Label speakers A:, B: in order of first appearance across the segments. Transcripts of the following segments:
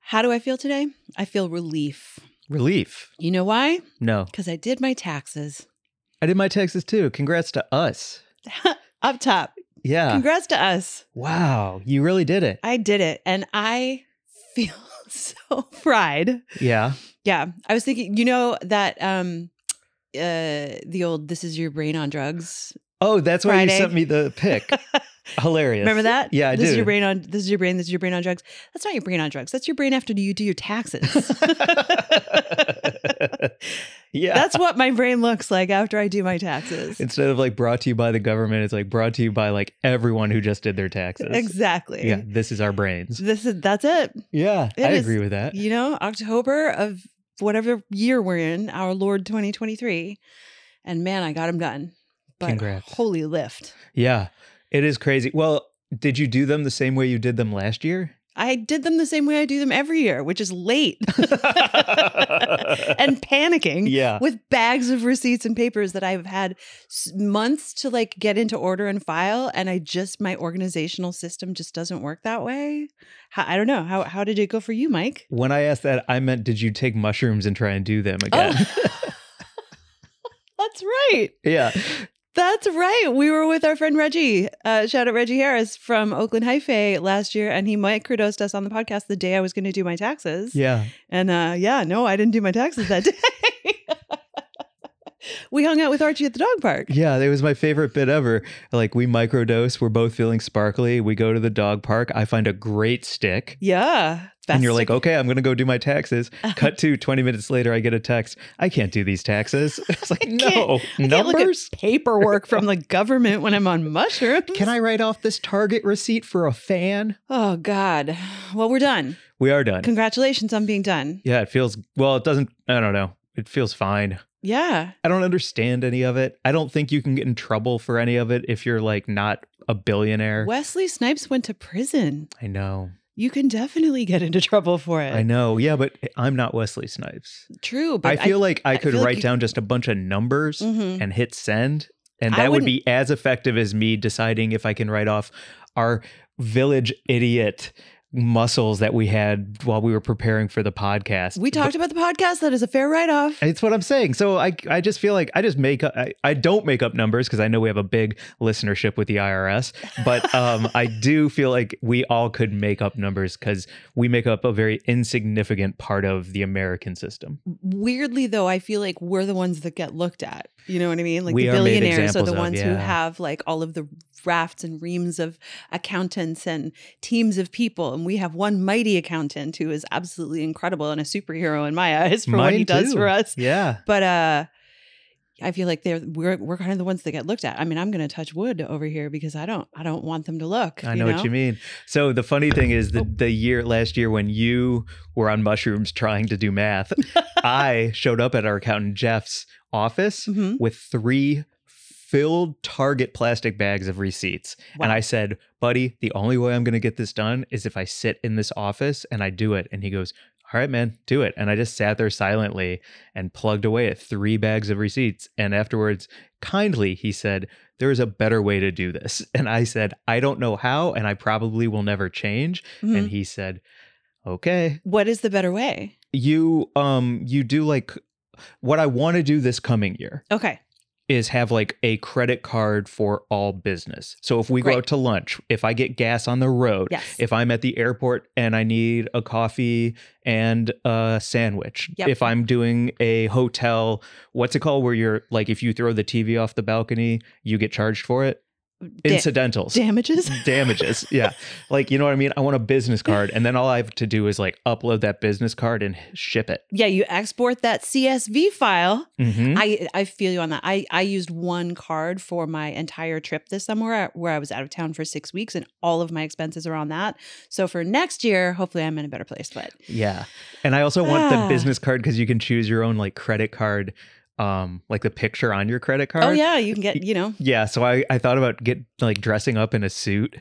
A: How do I feel today? I feel relief.
B: Relief.
A: You know why?
B: No.
A: Because I did my taxes
B: I did my taxes too. Congrats to us.
A: up top.
B: Yeah.
A: Congrats to us.
B: wow. You really did it.
A: I did it and I feel so fried.
B: yeah.
A: Yeah. I was thinking, you know, that um uh the old this is your brain on drugs.
B: Oh, that's why
A: Friday.
B: you sent me the pic. Hilarious.
A: Remember that?
B: Yeah, I
A: this This is
B: do.
A: your brain on this is your brain, this is your brain on drugs. That's not your brain on drugs. That's your brain after you do your taxes.
B: yeah.
A: That's what my brain looks like after I do my taxes.
B: Instead of like brought to you by the government, it's like brought to you by like everyone who just did their taxes.
A: Exactly.
B: Yeah. This is our brains.
A: This is that's it.
B: Yeah.
A: It
B: I
A: is-
B: agree with that.
A: you know, October of whatever year we're in, our Lord 2023. And man, I got him done. But
B: Congrats.
A: holy lift.
B: Yeah. It is crazy. Well, did you do them the same way you did them last year?
A: I did them the same way I do them every year, which is late and panicking
B: yeah.
A: with bags of receipts and papers that I've had s- months to like get into order and file. And I just, my organizational system just doesn't work that way. How, I don't know. How, how did it go for you, Mike?
B: When I asked that, I meant, did you take mushrooms and try and do them
A: Oh.
B: again?
A: That's right.
B: yeah.
A: That's right. We were with our friend Reggie. Uh, shout out Reggie Harris from Oakland Hyphae last year, and he microdosed us on the podcast the day I was going to do my taxes.
B: Yeah.
A: And uh, yeah, no, I didn't do my taxes that day. we hung out with Archie at the dog park.
B: Yeah. That was my favorite bit ever. Like, we microdose. We're both feeling sparkly. We go to the dog park. I find a great stick.
A: Yeah.
B: and you're
A: Best-
B: like, okay, I'm going to go do my taxes. Cut to 20 minutes later, I get a text. I can't do these taxes. It's like,
A: can't-
B: no,
A: I can't look at
B: "Oh, numbers.
A: paperwork from the government when I'm on mushrooms.
B: Can I write off this Target receipt for a fan?
A: Oh, God. Well, we're done.
B: We are done.
A: Congratulations on being done.
B: yeah. It feels, well, it doesn't, I don't know. It feels fine.
A: Yeah.
B: I don't understand any of it. I don't think you can get in trouble for any of it if you're like not a billionaire.
A: Wesley Snipes went to prison.
B: I know.
A: You can definitely get into trouble for it.
B: I know. Yeah, but I'm not Wesley Snipes.
A: True, but
B: I feel like I
A: I
B: could
A: feel like
B: write
A: you-
B: down just a bunch of numbers
A: Mhm.
B: and hit send, and
A: I
B: that would be as effective as me deciding if I can write off our village idiot muscles that we had while we were preparing for the podcast.
A: we talked about the podcast. That is a fair write-off.
B: It's what I'm saying. So I I just feel like I just make up I, I don't make up numbers because I know we have a big listenership with the IRS, but um I do feel like we all could make up numbers because we make up a very insignificant part of the American system.
A: Weirdly, though, I feel like we're the ones that get looked at. You know what I mean? Like
B: We
A: the
B: are made
A: billionaires are the
B: examples of,
A: ones who
B: yeah.
A: have like all of the rafts and reams of accountants and teams of people, and we have one mighty accountant who is absolutely incredible and a superhero in my eyes for what
B: Mine
A: he does
B: too.
A: for us.
B: Yeah.
A: But uh, I feel like they're we're we're kind of the ones that get looked at. I mean, I'm going to touch wood over here because I don't I don't want them to look.
B: I know, what you mean. So the funny thing is
A: Oh.
B: that the year last year when you were on mushrooms trying to do math, I showed up at our accountant Jeff's office
A: hmm
B: with three filled Target plastic bags of receipts. And
A: Wow.
B: I said, buddy, the only way I'm going to get this done is if I sit in this office and I do it. And he goes, all right, man, do it. And I just sat there silently and plugged away at three bags of receipts. And afterwards, kindly, he said, there is a better way to do this. And I said, I don't know how, and I probably will never change.
A: Mhm.
B: And he said, okay
A: What is the better way?
B: you um you do like what I want to do this coming year
A: Okay.
B: is have like a credit card for all business. So if we
A: Great.
B: go out to lunch, if I get gas on the road,
A: Yes.
B: if I'm at the airport and I need a coffee and a sandwich,
A: Yep.
B: if I'm doing a hotel, what's it called where you're like if you throw the TV off the balcony, you get charged for it?
A: da-
B: incidentals
A: damages.
B: damages yeah like you know what i mean i want a business card and then all i have to do is like upload that business card and ship it
A: Yeah, you export that CSV file.
B: mm-hmm.
A: I I feel you on that. I I used one card for my entire trip this summer where I- where I was out of town for 6 weeks and all of my expenses are on that. So for next year, hopefully I'm in a better place, but
B: yeah and i also want the
A: Ah.
B: business card because you can choose your own like credit card um like the picture on your credit card
A: Oh yeah, you can get, you know.
B: yeah so i i thought about get like dressing up in a suit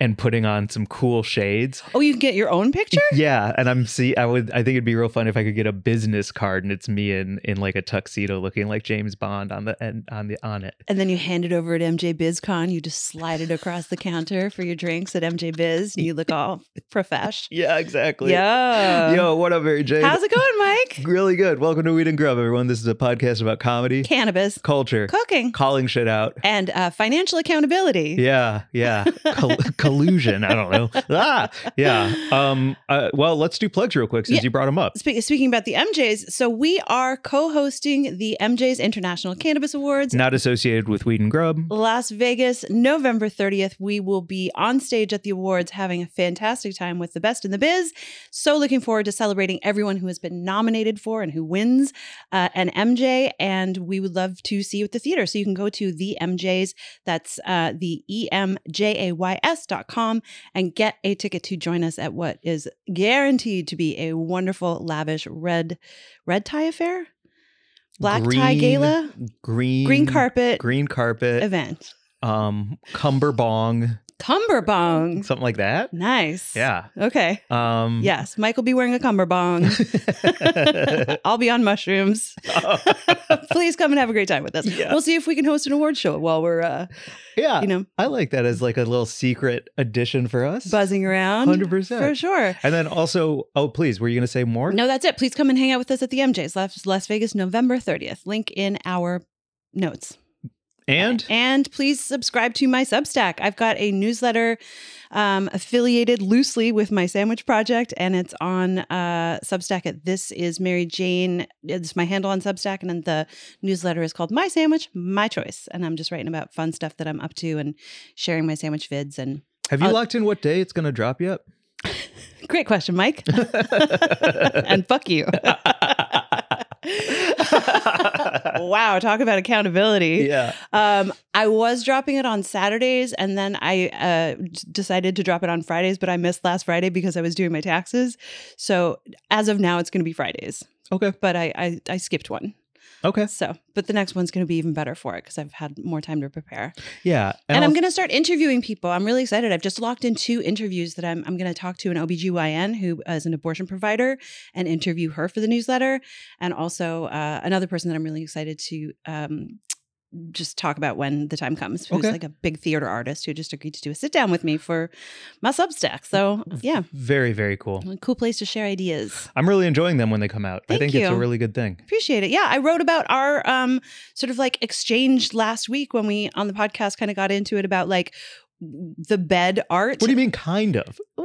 B: and putting on some cool shades
A: Oh, you can get your own picture?
B: yeah and i'm see i would i think it'd be real fun if i could get a business card and it's me in in like a tuxedo looking like james bond on the and on the on it
A: And then you hand it over at MJ BizCon. You just slide it across the counter for your drinks at MJ Biz and you look all profesh.
B: yeah exactly
A: Yeah.
B: Yo, what up, Mary Jane?
A: How's it going, Mike?
B: really good. Welcome to Weed and Grub, everyone. This is a podcast about comedy,
A: Cannabis,
B: culture,
A: cooking,
B: calling shit out.
A: and uh, financial accountability.
B: Yeah, yeah. Col- collusion. I don't know. Ah, yeah. Um. Uh, well, let's do plugs real quick since
A: Yeah.
B: you brought them up.
A: Spe- speaking about the MJs, so we are co-hosting the MJs International Cannabis Awards.
B: Not associated with Weed and Grub.
A: Las Vegas, November 30th. We will be on stage at the awards having a fantastic time with the best in the biz. So looking forward to celebrating everyone who has been nominated for and who wins uh, an MJ. And we would love to see you at the theater. So you can go to the MJs, that's uh, the E-M-J-A-Y-S dot com and get a ticket to join us at what is guaranteed to be a wonderful, lavish red, red tie affair? Black tie
B: Green-
A: gala?
B: Green.
A: Green carpet
B: Green carpet.
A: event.
B: Um. Cumberbong.
A: Cumberbongs.
B: Something like that.
A: Nice.
B: Yeah.
A: Okay.
B: Um.
A: Yes, Mike will be wearing a cummerbong. I'll be on mushrooms.
B: Oh,
A: Please come and have a great time with us.
B: Yeah.
A: We'll see if we can host an award show while we're, uh,
B: yeah.
A: you know,
B: I like that as like a little secret addition for us.
A: buzzing around.
B: 100%.
A: For sure.
B: And then also, oh please, were you gonna say more?
A: No, that's it. Please come and hang out with us at the MJ's Las, Las Vegas, November 30th. Link in our notes.
B: And
A: And please subscribe to my Substack. I've got a newsletter um, affiliated loosely with my sandwich project, and it's on uh, Substack at This Is Mary Jane. It's my handle on Substack, and then the newsletter is called My Sandwich, My Choice. And I'm just writing about fun stuff that I'm up to and sharing my sandwich vids. And
B: have you
A: I'll-
B: locked in what day it's gonna drop yet?
A: great question, Mike. and fuck you. wow, talk about accountability.
B: yeah.
A: Um, I was dropping it on Saturdays, and then I uh, d- decided to drop it on Fridays, but I missed last Friday because I was doing my taxes. So as of now, it's going to be Fridays,
B: Okay.
A: but I, I I skipped one.
B: Okay.
A: So, but the next one's going to be even better for it because I've had more time to prepare.
B: Yeah.
A: And,
B: I'll-
A: I'm going to start interviewing people. I'm really excited. I've just locked in two interviews that I'm, I'm going to talk to an OBGYN who uh, is an abortion provider and interview her for the newsletter. And also uh, another person that I'm really excited to um, just talk about when the time comes, who's
B: Okay.
A: like a big theater artist who just agreed to do a sit down with me for my Substack. So, yeah,
B: very, very cool.
A: a cool place to share ideas.
B: I'm really enjoying them when they come out. I
A: Thank
B: think it's a
A: you.
B: really good thing.
A: Appreciate it. Yeah, I wrote about our um sort of like exchange last week when we on the podcast kind of got into it about like the bed art.
B: What do you mean kind of?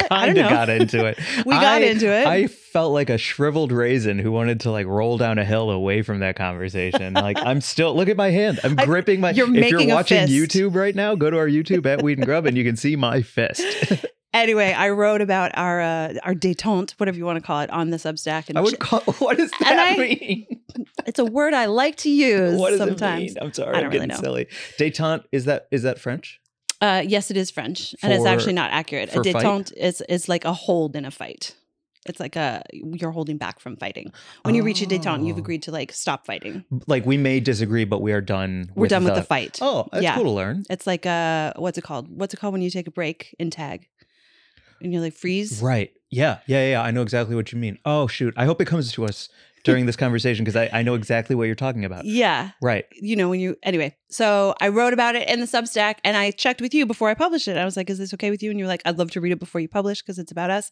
A: I
B: Kind
A: don't
B: of
A: know.
B: got into it.
A: We got
B: I-
A: into it.
B: I felt like a shriveled raisin who wanted to like roll down a hill away from that conversation. Like I'm still look at my hand. I'm
A: I-
B: gripping my
A: you're
B: if
A: making
B: you're
A: a
B: watching
A: fist.
B: YouTube right now, go to our YouTube at Weed and Grub and you can see my fist.
A: anyway, I wrote about our uh, our détente, whatever you want to call it, on the Substack, and
B: I would call what does
A: And
B: that
A: I-
B: mean?
A: it's a word I like to use
B: What does
A: sometimes.
B: it mean? I'm sorry,
A: I
B: I'm
A: don't really
B: getting
A: know.
B: silly. Detente, is that is that French?
A: Uh, yes, it is French, and it's
B: For-
A: actually not accurate. A
B: for fight?
A: détente is is like a hold in a fight. It's like a you're holding back from fighting. When you reach a détente, you've
B: Oh.
A: agreed to like stop fighting.
B: Like we may disagree, but we are done
A: We're done with the fight.
B: Oh, that's
A: Yeah.
B: cool to learn.
A: It's like uh what's it called? What's it called when you take a break in tag? And you're like freeze.
B: Right. Yeah. Yeah. Yeah. I know exactly what you mean. Oh, shoot. I hope it comes to us during this conversation because I, I know exactly what you're talking about.
A: Yeah.
B: Right.
A: you know, when you anyway. So I wrote about it in the Substack and I checked with you before I published it. I was like, is this okay with you? And you were like, I'd love to read it before you publish because it's about us.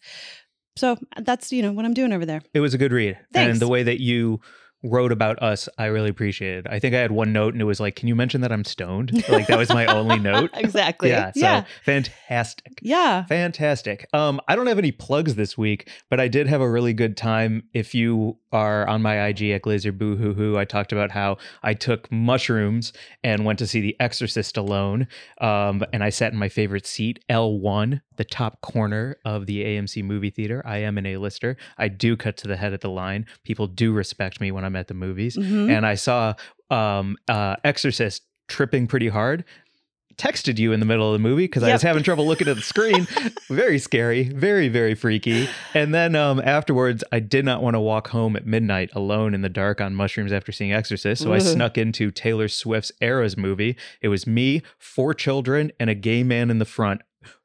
A: So that's, you know, what I'm doing over there.
B: It was a good read.
A: Thanks.
B: And the way that you wrote about us, I really appreciated. I think I had one note and it was like, can you mention that I'm stoned? Like that was my only note.
A: exactly.
B: Yeah. So
A: yeah.
B: fantastic.
A: Yeah.
B: Fantastic. Um, I don't have any plugs this week, but I did have a really good time. If you are on my IG at Glazer Boohoohoo. I talked about how I took mushrooms and went to see The Exorcist alone. Um, and I sat in my favorite seat, L1, the top corner of the AMC movie theater. I am an A-lister. I do cut to the head at the line. People do respect me when I'm at the movies.
A: Mhm.
B: And I saw um, uh, Exorcist tripping pretty hard. Texted you in the middle of the movie because I was
A: Yep.
B: having trouble looking at the screen. very scary, very, very freaky. And then um, afterwards, I did not want to walk home at midnight alone in the dark on mushrooms after seeing Exorcist. So I
A: Ugh.
B: snuck into Taylor Swift's Eras movie. It was me, four children, and a gay man in the front.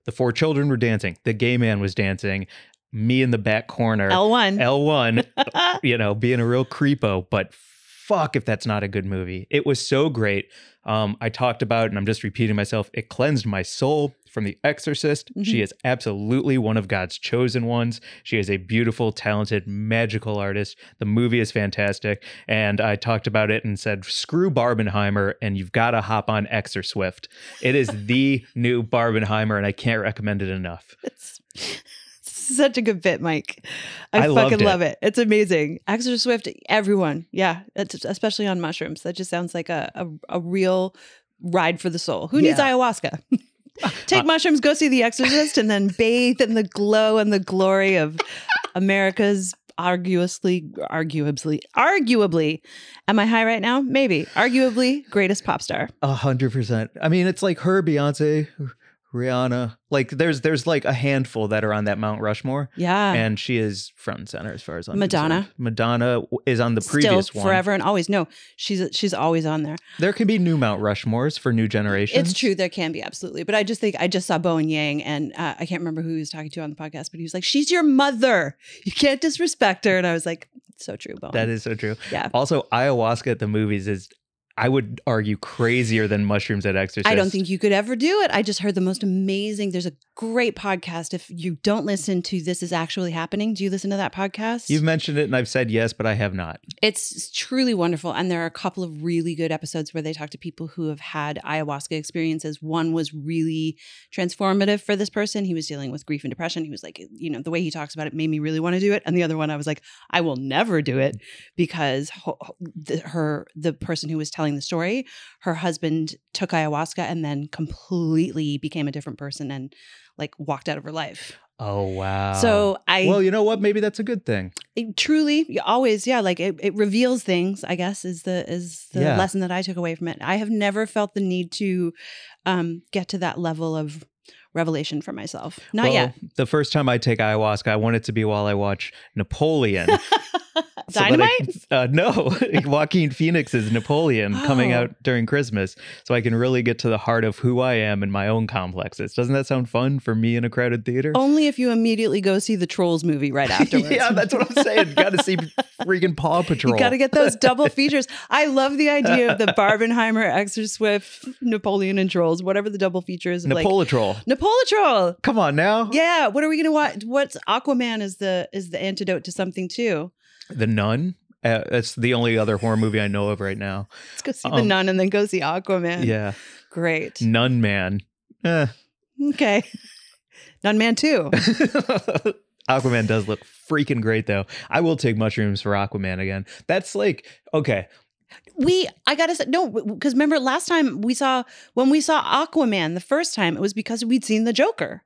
B: The four children were dancing. The gay man was dancing. Me in the back corner.
A: L1.
B: L1, you know, being a real creepo, but fuck if that's not a good movie. It was so great. Um, I talked about, and I'm just repeating myself, it cleansed my soul from The Exorcist. She is absolutely one of God's chosen ones. She is a beautiful, talented, magical artist. The movie is fantastic. And I talked about it and said, screw Barbenheimer, and you've got to hop on Exor Swift. It is the new Barbenheimer, and I can't recommend it enough.
A: It's such a good fit, Mike. I,
B: I loved
A: fucking
B: it.
A: love it. It's amazing. Exeter Swift, everyone. Yeah. That's especially on mushrooms. That just sounds like a, a, a real ride for the soul. Who needs
B: Yeah. Uh,
A: ayahuasca? Take mushrooms, go see The Exorcist, and then bathe in the glow and the glory of America's arguously, arguably, arguably, am I high right now? Maybe. Arguably greatest pop star.
B: A hundred percent. I mean, it's like her, Beyonce, Rihanna. Like, there's there's like a handful that are on that Mount Rushmore,
A: Yeah.
B: and she is front and center as far as I'm
A: Madonna.
B: concerned. Madonna w- is on the
A: Still
B: previous one.
A: forever and always. No, she's she's always on there.
B: There can be new Mount Rushmores for new generations.
A: It's true. There can be absolutely, but I just think I just saw Bowen Yang, and uh, I can't remember who he was talking to on the podcast, but he was like, "She's your mother. You can't disrespect her." And I was like, "So true, Bowen."
B: That is so true.
A: yeah.
B: Also, ayahuasca at the movies is, I would argue, crazier than mushrooms at Exorcist.
A: I don't think you could ever do it. I just heard the most amazing. There's a great podcast. If you don't listen to this, is actually happening. Do you listen to that podcast?
B: you've mentioned it, and I've said yes, but I have not.
A: It's truly wonderful. And there are a couple of really good episodes where they talk to people who have had ayahuasca experiences. One was really transformative for this person. He was dealing with grief and depression. He was like, you know, the way he talks about it made me really want to do it. And the other one, I was like, I will never do it because ho- ho- the, her, the person who was telling the story, her husband took ayahuasca and then completely became a different person and like walked out of her life.
B: Oh wow.
A: So I
B: well, you know what? Maybe that's a good thing.
A: it truly you always yeah like it, it reveals things i guess is the is the
B: Yeah.
A: lesson that i took away from it i have never felt the need to um get to that level of revelation for myself not
B: Well,
A: yet
B: The first time I take ayahuasca, I want it to be while I watch Napoleon. So that I-
A: dynamite
B: uh, no, Joaquin Phoenix's Napoleon coming
A: Oh.
B: out during Christmas, so I can really get to the heart of who I am and my own complexes. Doesn't that sound fun for me in a crowded theater?
A: only if you immediately go see the trolls movie right afterwards
B: yeah, that's what I'm saying. Got to see freaking Paw Patrol.
A: You got to get those double features. I love the idea of the Barbenheimer, Exor Swift, Napoleon, and Trolls, whatever the double feature is. of, like
B: Napolitrol.
A: Napolitrol.
B: Come on now.
A: Yeah. What are we going to watch? What's Aquaman is the is the antidote to something too.
B: The Nun. Uh, that's the only other horror movie I know of right now.
A: Let's go see the
B: Um,
A: nun and then go see Aquaman.
B: Yeah,
A: Great.
B: Nun Man. Eh.
A: Okay. Nun Man 2.
B: Aquaman does look freaking great though. I will take mushrooms for Aquaman again. That's like okay.
A: We, I gotta say, no, because remember last time we saw, when we saw Aquaman the first time, it was because we'd seen the Joker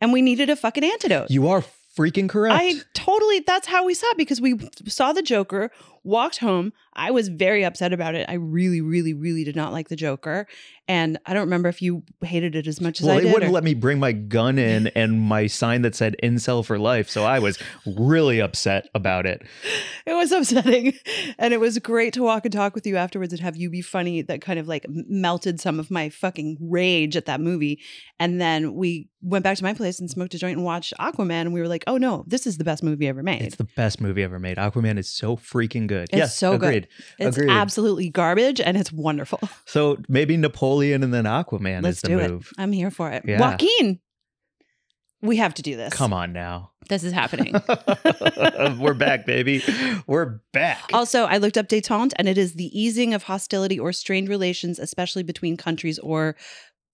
A: and we needed a fucking antidote.
B: You are freaking correct.
A: I totally, that's how we saw it because we saw the Joker, walked home. I was very upset about it. I really, really, really did not like the Joker. And I don't remember if you hated it as much as
B: well,
A: I
B: they
A: did.
B: wouldn't
A: or-
B: let me bring my gun in and my sign that said "Incel for Life," so I was really upset about it.
A: it was upsetting and it was great to walk and talk with you afterwards and have you be funny that kind of like m- melted some of my fucking rage at that movie and then we went back to my place and smoked a joint and watched aquaman and we were like oh no this is the best movie ever made
B: It's
A: it's,
B: the best movie ever made. Aquaman is so freaking good.
A: It's
B: yes,
A: so good.
B: agreed. agreed.
A: absolutely garbage and it's wonderful
B: So maybe Napoleon and then Aquaman
A: let's
B: is the
A: do
B: move.
A: it i'm here for it
B: Yeah.
A: joaquin we have to do this
B: Come on now,
A: this is happening
B: we're back, baby. We're back.
A: Also, I looked up detente and it is the easing of hostility or strained relations, especially between countries or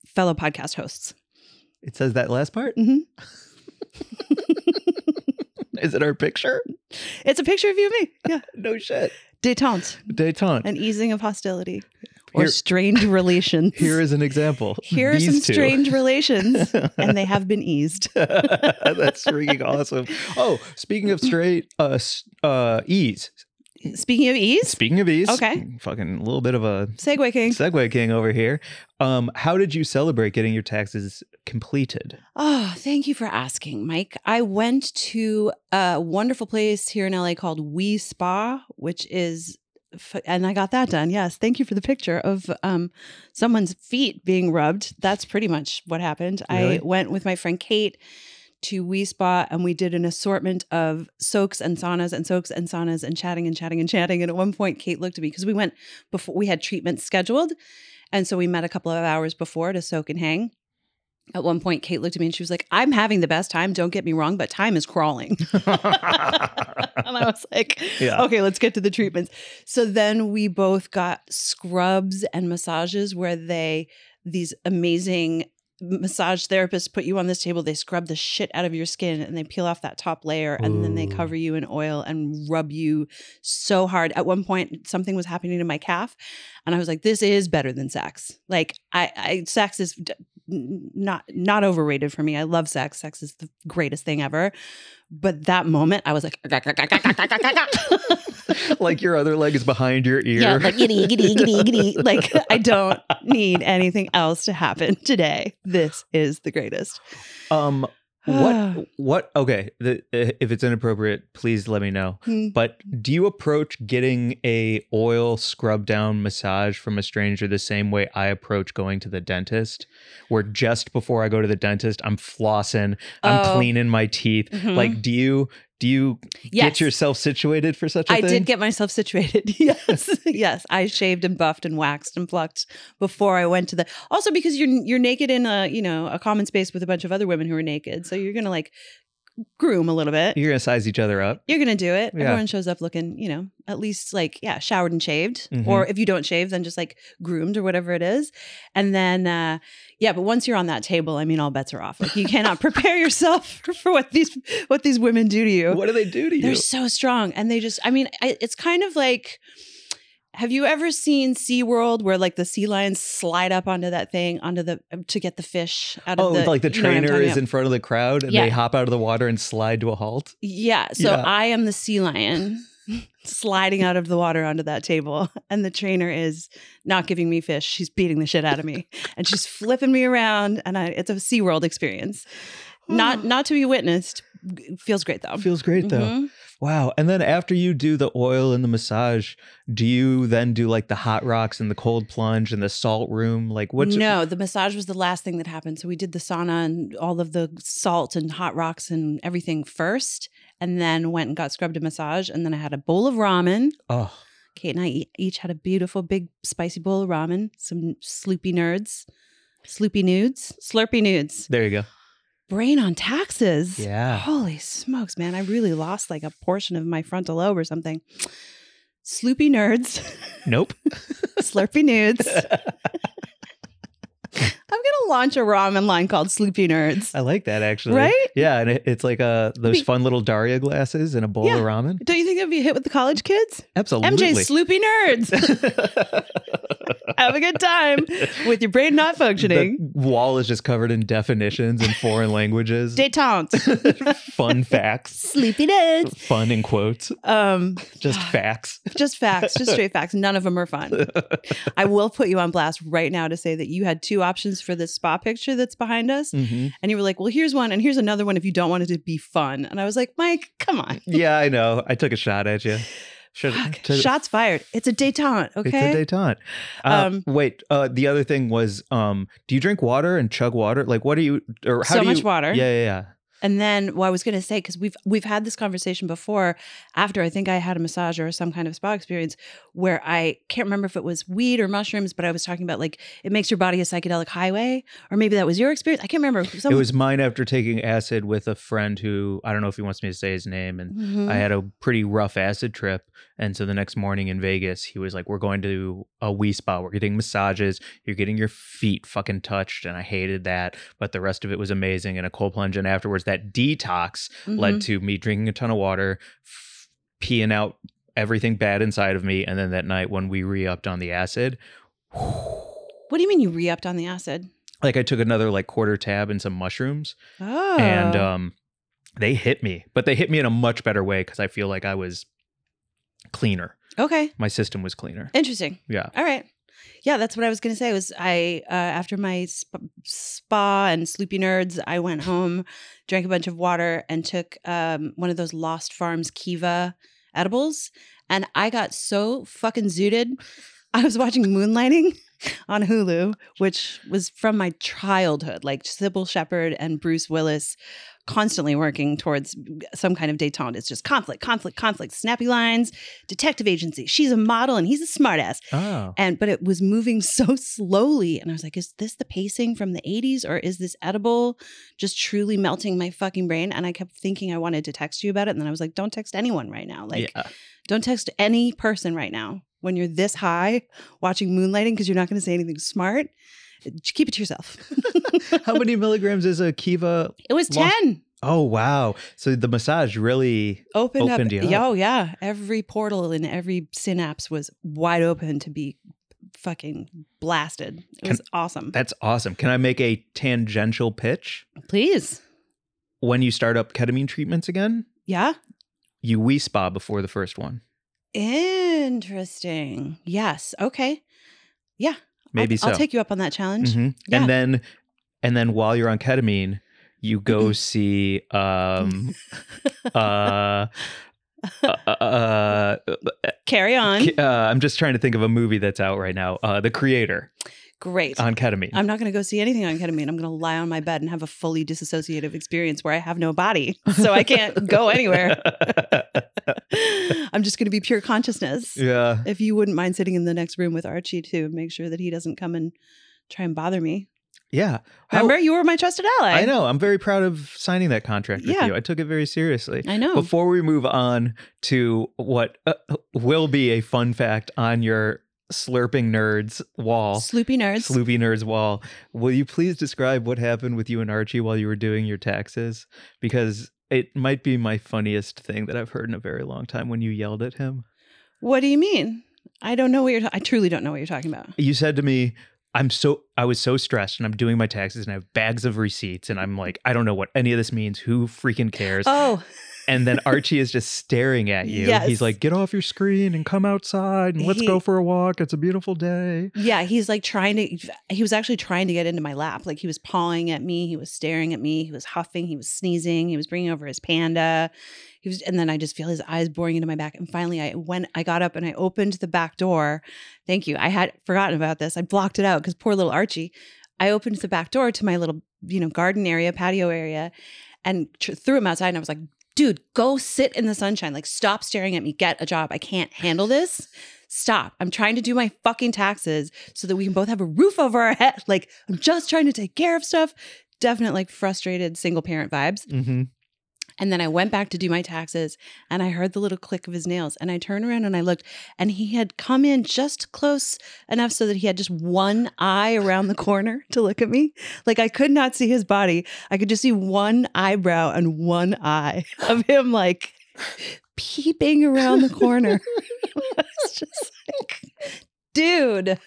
A: fellow podcast hosts. Mm-hmm.
B: it says that last part.
A: Mhm.
B: Is it our picture?
A: It's a picture of you and me. Yeah.
B: No shit.
A: Detente,
B: Detente.
A: an easing of hostility or
B: Here-
A: strained relations.
B: Here is an example.
A: Here are some
B: These two.
A: strange relations, and they have been eased.
B: That's freaking awesome. Oh, speaking of straight uh s- uh ease.
A: Speaking of ease,
B: Speaking of ease.
A: Okay.
B: Fucking little bit of a
A: Segway King.
B: segue king over here. Um how did you celebrate getting your taxes completed?
A: Oh, thank you for asking, Mike. I went to a wonderful place here in LA called We Spa, which is f- and I got that done. Yes, thank you for the picture of um someone's feet being rubbed. That's pretty much what happened.
B: Really?
A: I went with my friend Kate to We Spa and we did an assortment of soaks and saunas and soaks and saunas and chatting and chatting and chatting. And at one point Kate looked at me because we went before we had treatments scheduled. And so we met a couple of hours before to soak and hang. At one point, Kate looked at me and she was like, I'm having the best time. Don't get me wrong, but time is crawling. and I was like,
B: Yeah.
A: okay, let's get to the treatments. So then we both got scrubs and massages where they, these amazing massage therapists put you on this table, they scrub the shit out of your skin and they peel off that top layer and then they
B: Ooh.
A: cover you in oil and rub you so hard. At one point, something was happening to my calf and I was like, this is better than sex. Like, I, I sex is. d- n- Not not overrated for me. I love sex. Sex is the greatest thing ever. But that moment, I was like,
B: like your other leg is behind your ear.
A: yeah, like giddy, giddy, giddy, giddy. Like I don't need anything else to happen today. This is the greatest.
B: um what what okay, the, uh, if it's inappropriate, please let me know.
A: Hmm.
B: But do you approach getting a oil scrub down massage from a stranger the same way I approach going to the dentist? Where just before I go to the dentist, I'm flossing, I'm
A: Oh.
B: cleaning my teeth.
A: Mhm.
B: Like, do you do you
A: yes,
B: get yourself situated for such a
A: I
B: thing?
A: did get myself situated. Yes, yes, I shaved and buffed and waxed and plucked before I went to the. Also, because you're you're naked in a you know a common space with a bunch of other women who are naked, so you're gonna like groom a little bit.
B: You're gonna size each other up.
A: You're gonna do it.
B: Yeah.
A: Everyone shows up looking, you know, at least like yeah, showered and shaved,
B: Mhm.
A: or if you don't shave, then just like groomed or whatever it is. And then uh, yeah, but once you're on that table, I mean, all bets are off. Like you cannot prepare yourself for what these what these women do to you.
B: What do they do to
A: They're
B: you?
A: so strong, and they just, I mean, I, it's kind of like. Have you ever seen SeaWorld where like the sea lions slide up onto that thing onto the to get the fish out
B: Oh,
A: of the
B: like the
A: you know what I'm
B: trainer
A: talking
B: is
A: about.
B: in front of the crowd and they
A: Yeah.
B: hop out of the water and slide to a halt.
A: Yeah. So
B: Yeah.
A: I am the sea lion sliding out of the water onto that table. And the trainer is not giving me fish. She's beating the shit out of me. And she's flipping me around. And I it's a SeaWorld experience. Not not to be witnessed. G- Feels great though.
B: Feels great though.
A: Mhm.
B: Wow. And then after you do the oil and the massage, do you then do like the hot rocks and the cold plunge and the salt room? Like what's
A: no, the massage was the last thing that happened. So we did the sauna and all of the salt and hot rocks and everything first, and then went and got scrubbed and massage. And then I had a bowl of ramen.
B: Oh,
A: Kate and I e- each had a beautiful big spicy bowl of ramen, some sloopy nerds, sloopy nudes, slurpy nudes.
B: there you go.
A: Brain on taxes.
B: Yeah.
A: Holy smokes, man. I really lost like a portion of my frontal lobe or something. Sloopy nerds,
B: Nope.
A: slurpy nudes. I'm going to launch a ramen line called Sloopy Nerds.
B: I like that actually.
A: Right?
B: Yeah, and it, it's like uh those
A: Be-
B: fun little Daria glasses and a bowl
A: Yeah.
B: of ramen.
A: Don't you think that'd be a hit with the college kids?
B: Absolutely.
A: MJ Sloopy Nerds. Have a good time with your brain not
B: the
A: functioning.
B: wall is just covered in definitions and foreign languages.
A: Detente.
B: fun facts.
A: Sleepy Nerds.
B: Fun in quotes.
A: Um,
B: Just facts.
A: just facts, just straight facts. None of them are fun. I will put you on blast right now to say that you had two options for this spa picture that's behind us,
B: Mhm.
A: and you were like, "Well, here's one, and here's another one if you don't want it to be fun." And I was like, "Mike, come on,
B: Yeah, I know. I took a shot at you. Should,
A: Fuck. shots fired. It's a détente, okay?
B: It's a detente. Uh,
A: Um,
B: wait, uh, the other thing was, um, do you drink water and chug water? Like, what do you or how
A: So
B: do
A: much
B: you-
A: water.
B: Yeah, yeah, yeah.
A: And then what I was going to say cuz we've we've had this conversation before after I think I had a massage or some kind of spa experience where I can't remember if it was weed or mushrooms but I was talking about like it makes your body a psychedelic highway or maybe that was your experience I can't remember
B: It was mine after taking acid with a friend who I don't know if he wants me to say his name, and
A: Mhm.
B: I had a pretty rough acid trip. And so the next morning in Vegas, he was like, "We're going to a wee spa. We're getting massages. You're getting your feet fucking touched." And I hated that, but the rest of it was amazing. And a cold plunge, and afterwards that that detox
A: mm-hmm.
B: led to me drinking a ton of water, f- peeing out everything bad inside of me, and then that night when we re-upped on the acid,
A: What do you mean you re upped on the acid?
B: like I took another like quarter tab and some mushrooms,
A: Oh.
B: and um, they hit me, but they hit me in a much better way because I feel like I was cleaner.
A: okay.
B: My system was cleaner.
A: Interesting.
B: Yeah.
A: All right. Yeah, that's what I was going to say was I uh, after my sp- spa and sleepy nerds, I went home, drank a bunch of water and took um, one of those Lost Farms Kiva edibles and I got so fucking zooted. I was watching Moonlighting on Hulu, which was from my childhood, like Sybil Shepherd and Bruce Willis constantly working towards uh, some kind of detente. It's just conflict, conflict, conflict, snappy lines, detective agency. She's a model and he's a smartass
B: Oh.
A: and but it was moving so slowly and i was like is this the pacing from the 80s or is this edible just truly melting my fucking brain and i kept thinking i wanted to text you about it and then i was like don't text anyone right now like
B: yeah.
A: don't text any person right now when you're this high watching moonlighting because you're not going to say anything smart Just keep it to yourself
B: How many milligrams is a Kiva?
A: it was
B: Lost-
A: 10
B: Oh wow! So the massage really
A: opened,
B: Opened you
A: up,
B: up.
A: oh yeah every portal and every synapse was wide open to be fucking blasted it
B: Can-
A: was awesome
B: That's awesome. Can I make a tangential pitch?
A: please
B: When you start up ketamine treatments again,
A: yeah
B: you we spa before the first one.
A: Interesting. Yes. Okay.
B: Maybe
A: I'll,
B: so.
A: I'll take you up on that challenge.
B: Mhm.
A: Yeah.
B: And then and then while you're on ketamine, you go see um uh, uh, uh, uh,
A: Carry on.
B: uh I'm just trying to think of a movie that's out right now. Uh The Creator
A: Great.
B: on ketamine.
A: I'm not going to go see anything on ketamine. I'm going to lie on my bed and have a fully disassociative experience where I have no body, so I can't go anywhere. I'm just going to be pure consciousness.
B: yeah.
A: If you wouldn't mind sitting in the next room with Archie too, and make sure that he doesn't come and try and bother me.
B: Yeah. How-
A: Remember, you were my trusted ally.
B: I know. I'm very proud of signing that contract with
A: Yeah.
B: you. I took it very seriously.
A: I know.
B: Before we move on to what uh, will be a fun fact on your slurping nerds wall,
A: Sloopy nerds.
B: sloopy nerds wall, will you please describe what happened with you and Archie while you were doing your taxes? Because it might be my funniest thing that I've heard in a very long time when you yelled at him.
A: what do you mean? I don't know what you're. Ta- I truly don't know what you're talking about.
B: You said to me, I'm so I was so stressed and I'm doing my taxes and I have bags of receipts and I'm like, I don't know what any of this means. Who freaking cares?
A: Oh,
B: and then Archie is just staring at you.
A: Yes.
B: He's like, "Get off your screen and come outside and let's
A: He-
B: go for a walk. It's a beautiful day."
A: Yeah, he's like trying to, he was actually trying to get into my lap. Like he was pawing at me, he was staring at me, he was huffing, he was sneezing, he was bringing over his panda. He was, and then I just feel his eyes boring into my back. And finally, I went, I got up and I opened the back door. Thank you. I had forgotten about this. I blocked it out because poor little Archie. I opened the back door to my little, you know, garden area, patio area, and tr- threw him outside. And I was like, dude, go sit in the sunshine. Like, stop staring at me. Get a job. I can't handle this. Stop. I'm trying to do my fucking taxes so that we can both have a roof over our head. Like, I'm just trying to take care of stuff. Definite, like, frustrated single parent vibes.
B: Mm-hmm.
A: And then I went back to do my taxes and I heard the little click of his nails. And I turned around and I looked, and he had come in just close enough so that he had just one eye around the corner to look at me. Like I could not see his body. I could just see one eyebrow and one eye of him like peeping around the corner. it's just like, dude.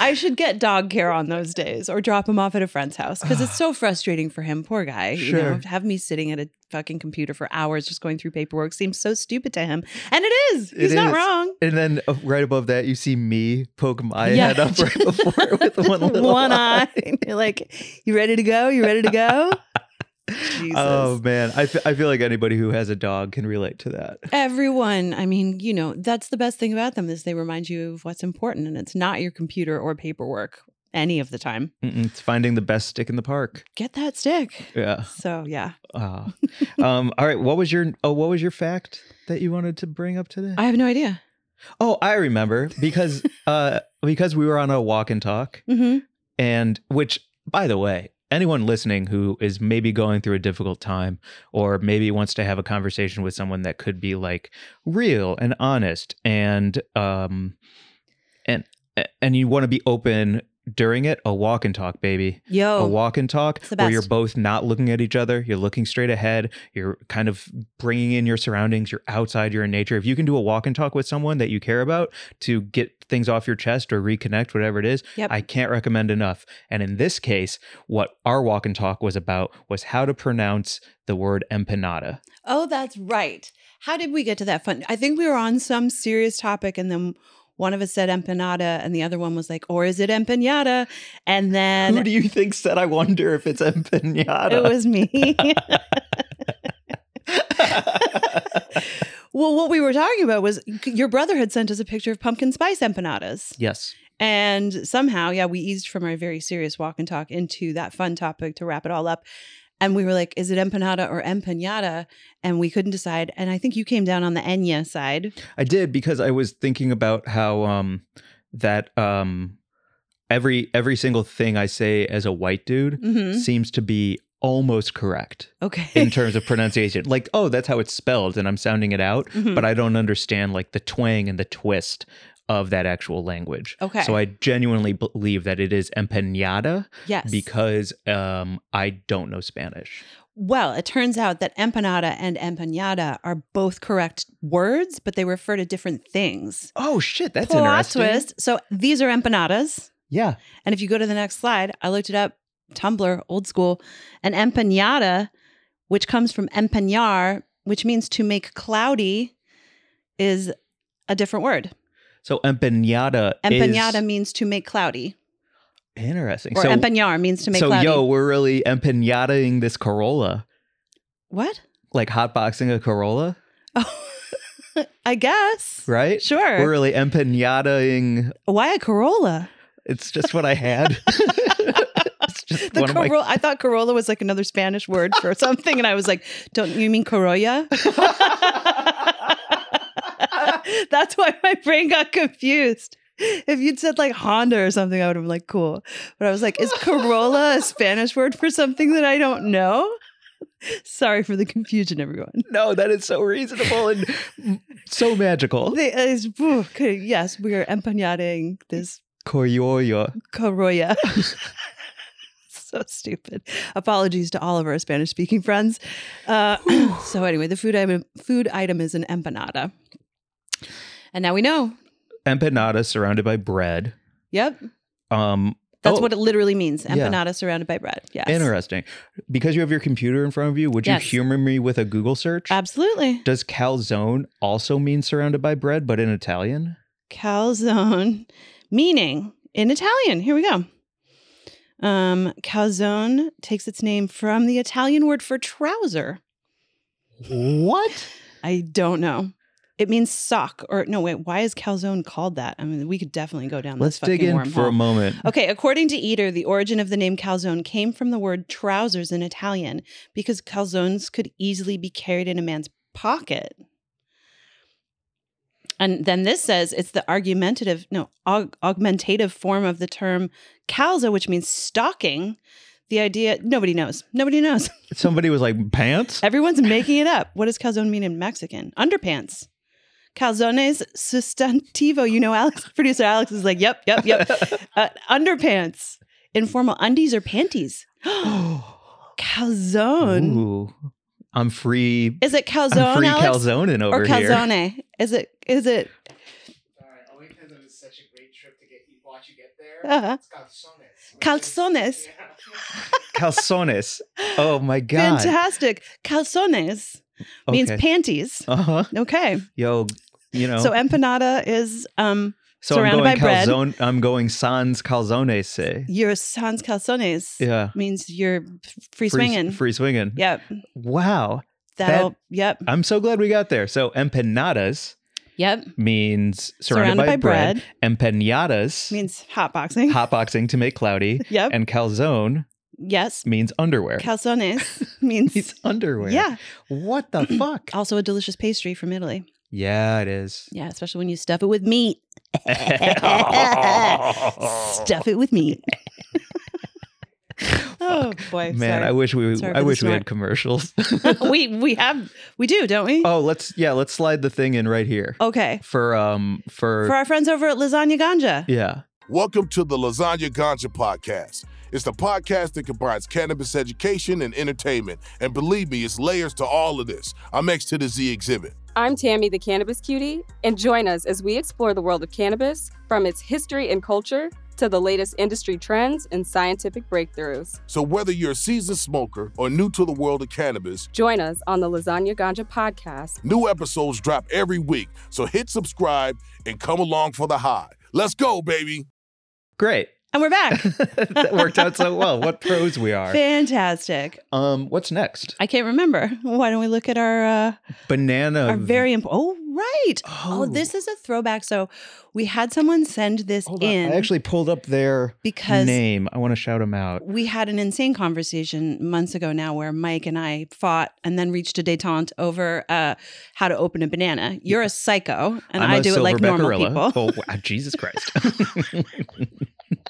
A: I should get dog care on those days or drop him off at a friend's house because it's so frustrating for him, poor guy. You know,
B: Sure.
A: to have me sitting at a fucking computer for hours just going through paperwork seems so stupid to him. And it is.
B: It
A: He's not
B: is.
A: wrong.
B: And then uh, right above that, you see me poke my
A: Yeah.
B: head up right before it with one
A: Just
B: little
A: one eye. You're like, you ready to go? You ready to go? Jesus.
B: Oh man, I, fe- I feel like anybody who has a dog can relate to that.
A: Everyone, I mean, you know, that's the best thing about them is they remind you of what's important and it's not your computer or paperwork any of the time.
B: Mm-mm, it's finding the best stick in the park.
A: Get that stick.
B: Yeah.
A: So, yeah.
B: Ah. um. All right. What was your oh, What was your fact that you wanted to bring up today?
A: I have no idea.
B: oh, I remember because uh because we were on a walk and talk.
A: hmm
B: And which, by the way, anyone listening who is maybe going through a difficult time or maybe wants to have a conversation with someone that could be like real and honest and um and and you want to be open during it, a walk and talk, baby.
A: Yo.
B: A walk and talk
A: Oh, It's the
B: where you're
A: best.
B: both not looking at each other. You're looking straight ahead. You're kind of bringing in your surroundings. You're outside. You're in nature. If you can do a walk and talk with someone that you care about to get things off your chest or reconnect, whatever it is,
A: Yep.
B: I can't recommend enough. And in this case, what our walk and talk was about was how to pronounce the word empanada.
A: Oh, that's right. How did we get to that fun? I think we were on some serious topic, and then one of us said empanada, and the other one was like, "Or is it empanada?" And then
B: Who do you think said, I wonder if it's empanada?
A: it was me. well, what we were talking about was your brother had sent us a picture of pumpkin spice empanadas.
B: yes.
A: And somehow, yeah, we eased from our very serious walk and talk into that fun topic to wrap it all up. And we were like, is it empanada or empanada? And we couldn't decide. And I think you came down on the enya side.
B: I did because I was thinking about how um that um every every single thing I say as a white dude
A: hmm
B: seems to be almost correct
A: Okay.
B: in terms of pronunciation. like, oh, that's how it's spelled and I'm sounding it out,
A: Mhm.
B: but I don't understand like the twang and the twist of that actual language.
A: Okay.
B: So I genuinely believe that it is empanada
A: yes.
B: because um I don't know Spanish.
A: well, it turns out that empanada and empanada are both correct words, but they refer to different things.
B: Oh shit, that's
A: Plot
B: interesting.
A: twist. So these are empanadas.
B: Yeah.
A: And if you go to the next slide, I looked it up, Tumblr, old school, an empanada, which comes from empañar, which means to make cloudy, is a different word.
B: So empanada,
A: Empanada
B: is
A: means to make cloudy,
B: interesting.
A: or
B: so
A: empañar means to make
B: so
A: cloudy.
B: yo, we're really empanadaing this Corolla,
A: What?
B: like hotboxing a Corolla,
A: Oh, I guess.
B: right?
A: Sure.
B: We're really empanadaing.
A: Why a Corolla?
B: It's just what I had. it's just
A: The
B: one of my.
A: Corolla. I thought Corolla was like another Spanish word for something, and I was like, "Don't you mean Corolla?" That's why my brain got confused. If you'd said like Honda or something, I would have been like, "Cool," but I was like, "Is Corolla a Spanish word for something that I don't know?" Sorry for the confusion, everyone.
B: No, that is so reasonable and m- so magical.
A: They, it's- whew, okay, yes, we are empanading this
B: Coyoyo.
A: Corolla. so stupid. Apologies to all of our Spanish-speaking friends. Uh, so anyway, the food item food item is an empanada, and now we know.
B: Empanada surrounded by bread.
A: Yep.
B: Um,
A: That's
B: oh,
A: what it literally means.
B: Yeah.
A: Empanada surrounded by bread. Yes.
B: Interesting. Because you have your computer in front of you, would
A: Yes.
B: you humor me with a Google search?
A: Absolutely.
B: Does calzone also mean surrounded by bread, but in Italian?
A: Calzone meaning in Italian. Here we go. Um, calzone takes its name from the Italian word for trouser.
B: What?
A: I don't know. It means sock or no, wait, why is calzone called that? I mean, we could definitely go down
B: Let's
A: this fucking
B: dig in
A: wormhole.
B: for a moment.
A: Okay, according to Eater, the origin of the name calzone came from the word trousers in Italian because calzones could easily be carried in a man's pocket. And then this says it's the argumentative, no, aug- augmentative form of the term calza, which means stocking. The idea, nobody knows. Nobody knows.
B: Somebody was like, pants?
A: Everyone's making it up. What does calzone mean in Mexican? Underpants. Calzones sustantivo. You know, Alex, producer Alex is like, yep, yep, yep. Uh, underpants, informal undies or panties. calzone.
B: Ooh. I'm free.
A: Is it calzone,
B: I'm free
A: Alex,
B: calzoning over
A: or
B: here.
A: calzone? Is it? Is it?
C: Sorry, only because it was such a great trip to get you watch you get there.
A: Uh-huh.
C: It's calzones.
A: Calzones.
C: Yeah.
B: Calzones. Oh my god.
A: Fantastic. Calzones means
B: Okay.
A: panties.
B: Uh huh.
A: Okay.
B: Yo, you know.
A: So
B: So,
A: empanada is um
B: I'm
A: surrounded by
B: going
A: bread.
B: calzone. I'm going sans calzones. Say.
A: your sans calzones
B: Yeah.
A: means you're free
B: Free-
A: swinging.
B: Free swinging.
A: Yep.
B: Wow.
A: That'll. yep.
B: I'm so glad we got there. So empanadas
A: Yep.
B: means surrounded, by, bread. Empanadas
A: means hotboxing.
B: hotboxing to make cloudy.
A: Yep.
B: And calzone
A: yes.
B: means underwear.
A: Calzones means
B: It's underwear.
A: yeah.
B: What the fuck?
A: Also a delicious pastry from Italy.
B: Yeah, it is.
A: Yeah, especially when you stuff it with meat. stuff it with meat. oh boy,
B: Man, I wish we
A: Sorry for
B: I
A: the
B: wish we
A: snort.
B: had commercials.
A: sorry. we we have we do, don't we?
B: oh, let's yeah, let's
A: Oh.
B: slide the thing in right here
A: Okay,
B: for um for,
A: for our friends over at Lasagna Ganja.
B: yeah.
D: Welcome to the Lasagna Ganja Podcast. It's the podcast that combines cannabis education and entertainment. And believe me, it's layers to all of this. I'm X to the Z exhibit.
E: I'm Tammy the Cannabis Cutie, and join us as we explore the world of cannabis from its history and culture to the latest industry trends and scientific breakthroughs.
D: So, whether you're a seasoned smoker or new to the world of cannabis,
E: Join us on the Lasagna Ganja podcast.
D: new episodes drop every week. So, hit subscribe and come along for the high. Let's go, baby.
B: Great.
A: And we're back.
B: that worked out so well. What pros we are.
A: Fantastic.
B: Um, what's next?
A: I can't remember. Why don't we look at our uh,
B: Banana.
A: our very important? Oh, right. Oh.
B: Oh.
A: this is a throwback. So we had someone send this
B: Hold on.
A: in
B: I actually pulled up their
A: because
B: name. I want to shout them out.
A: we had an insane conversation months ago now where Mike and I fought and then reached a detente over uh, how to open a banana. You're a psycho, and
B: I'm
A: I
B: a
A: do it like
B: silverback
A: normal
B: gorilla.
A: people.
B: Oh, wow, Jesus Christ.